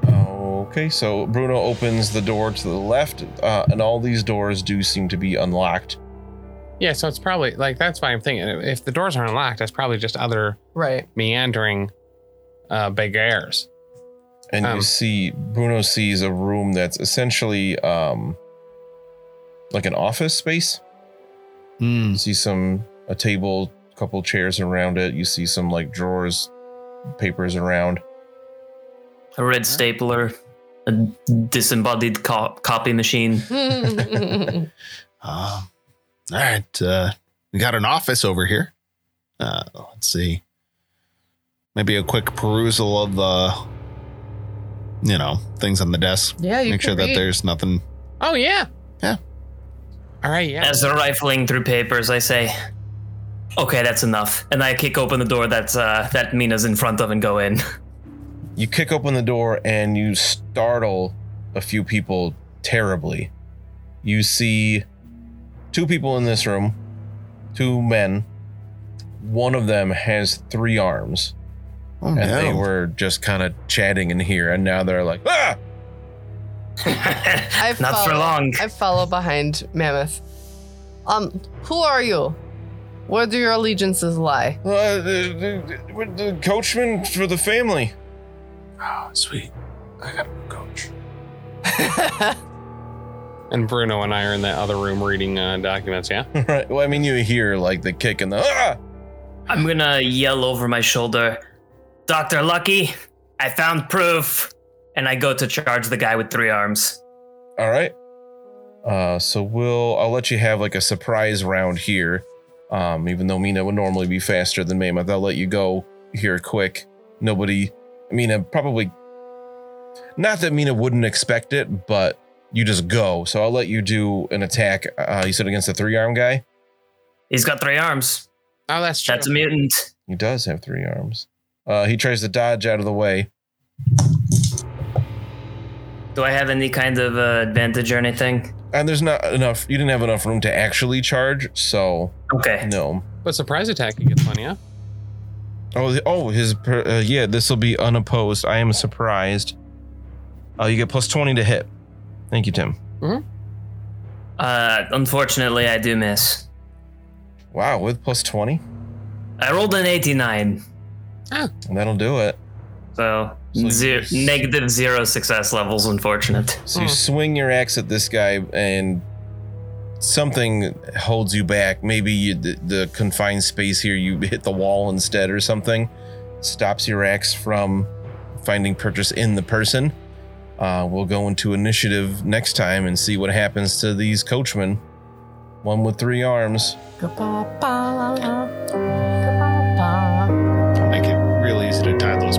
S3: Okay, so Bruno opens the door to the left, uh, and all these doors do seem to be unlocked.
S7: Yeah, so it's probably like that's why I'm thinking if the doors aren't locked, that's probably just other
S2: right.
S7: meandering uh beggars.
S3: And you
S7: Um.
S3: see, Bruno sees a room that's essentially um, like an office space.
S5: Hmm.
S3: You see some, a table, a couple chairs around it. You see some like drawers, papers around.
S4: A red stapler, a disembodied co- copy machine.
S2: Wait,
S5: Um, all right. Uh, we got an office over here. Uh, let's see. Maybe a quick perusal of the, you know, things on the desk.
S2: yeah, you
S5: Make sure that there's nothing.
S7: Oh yeah.
S5: Yeah.
S7: All right, yeah.
S4: As they're rifling through papers, I say, "Okay, that's enough," and I kick open the door that's uh, that Mina's in front of and go in.
S3: You kick open the door and you startle a few people terribly. You see two people in this room, two men. One of them has three arms,
S5: Oh,
S3: and
S5: no.
S3: they were just kind of chatting in here, and now they're like, ah!
S4: Not for
S2: follow-
S4: long.
S2: I follow behind Mammoth. Um, who are you? Where do your allegiances lie?
S3: Uh, the, the, we're the coachman for the family.
S5: Oh, sweet. I got a coach.
S7: And Bruno and I are in that other room reading uh, documents, yeah?
S3: right. Well, I mean, you hear like the kick and the ah!
S4: I'm gonna yell over my shoulder, Doctor Lucky, I found proof, and I go to charge the guy with three arms.
S3: All right. Uh, so we'll I'll let you have like a surprise round here. Um, even though Mina would normally be faster than Mammoth, I'll let you go here quick. Nobody, Mina probably. Not that Mina wouldn't expect it, but you just go. So I'll let you do an attack. Uh, you said against the three arm guy.
S4: He's got three arms.
S7: Oh, that's true.
S4: That's a mutant.
S3: He does have three arms. Uh, he tries to dodge out of the way.
S4: Do I have any kind of uh, advantage or anything?
S3: And there's not enough. You didn't have enough room to actually charge, so
S4: Okay.
S3: no.
S7: but surprise attack you get one, yeah?
S3: Oh, the- oh, his per, uh, yeah. This will be unopposed. I am surprised. Oh, you get plus twenty to hit. Thank you, Tim.
S4: Uh, unfortunately, I do miss.
S3: Wow, with plus twenty,
S4: I rolled an 89,
S3: that'll do it.
S4: so,
S3: So
S4: zero,
S3: you're-
S4: negative zero success levels, unfortunate.
S3: So you
S7: Hmm.
S3: swing your axe at this guy, and something holds you back. Maybe you, the, the confined space here, you hit the wall instead, or something stops your axe from finding purchase in the person. Uh, we'll go into initiative next time and see what happens to these coachmen. One with three arms.
S2: Ka-ba-ba.
S5: Make it real easy to tie those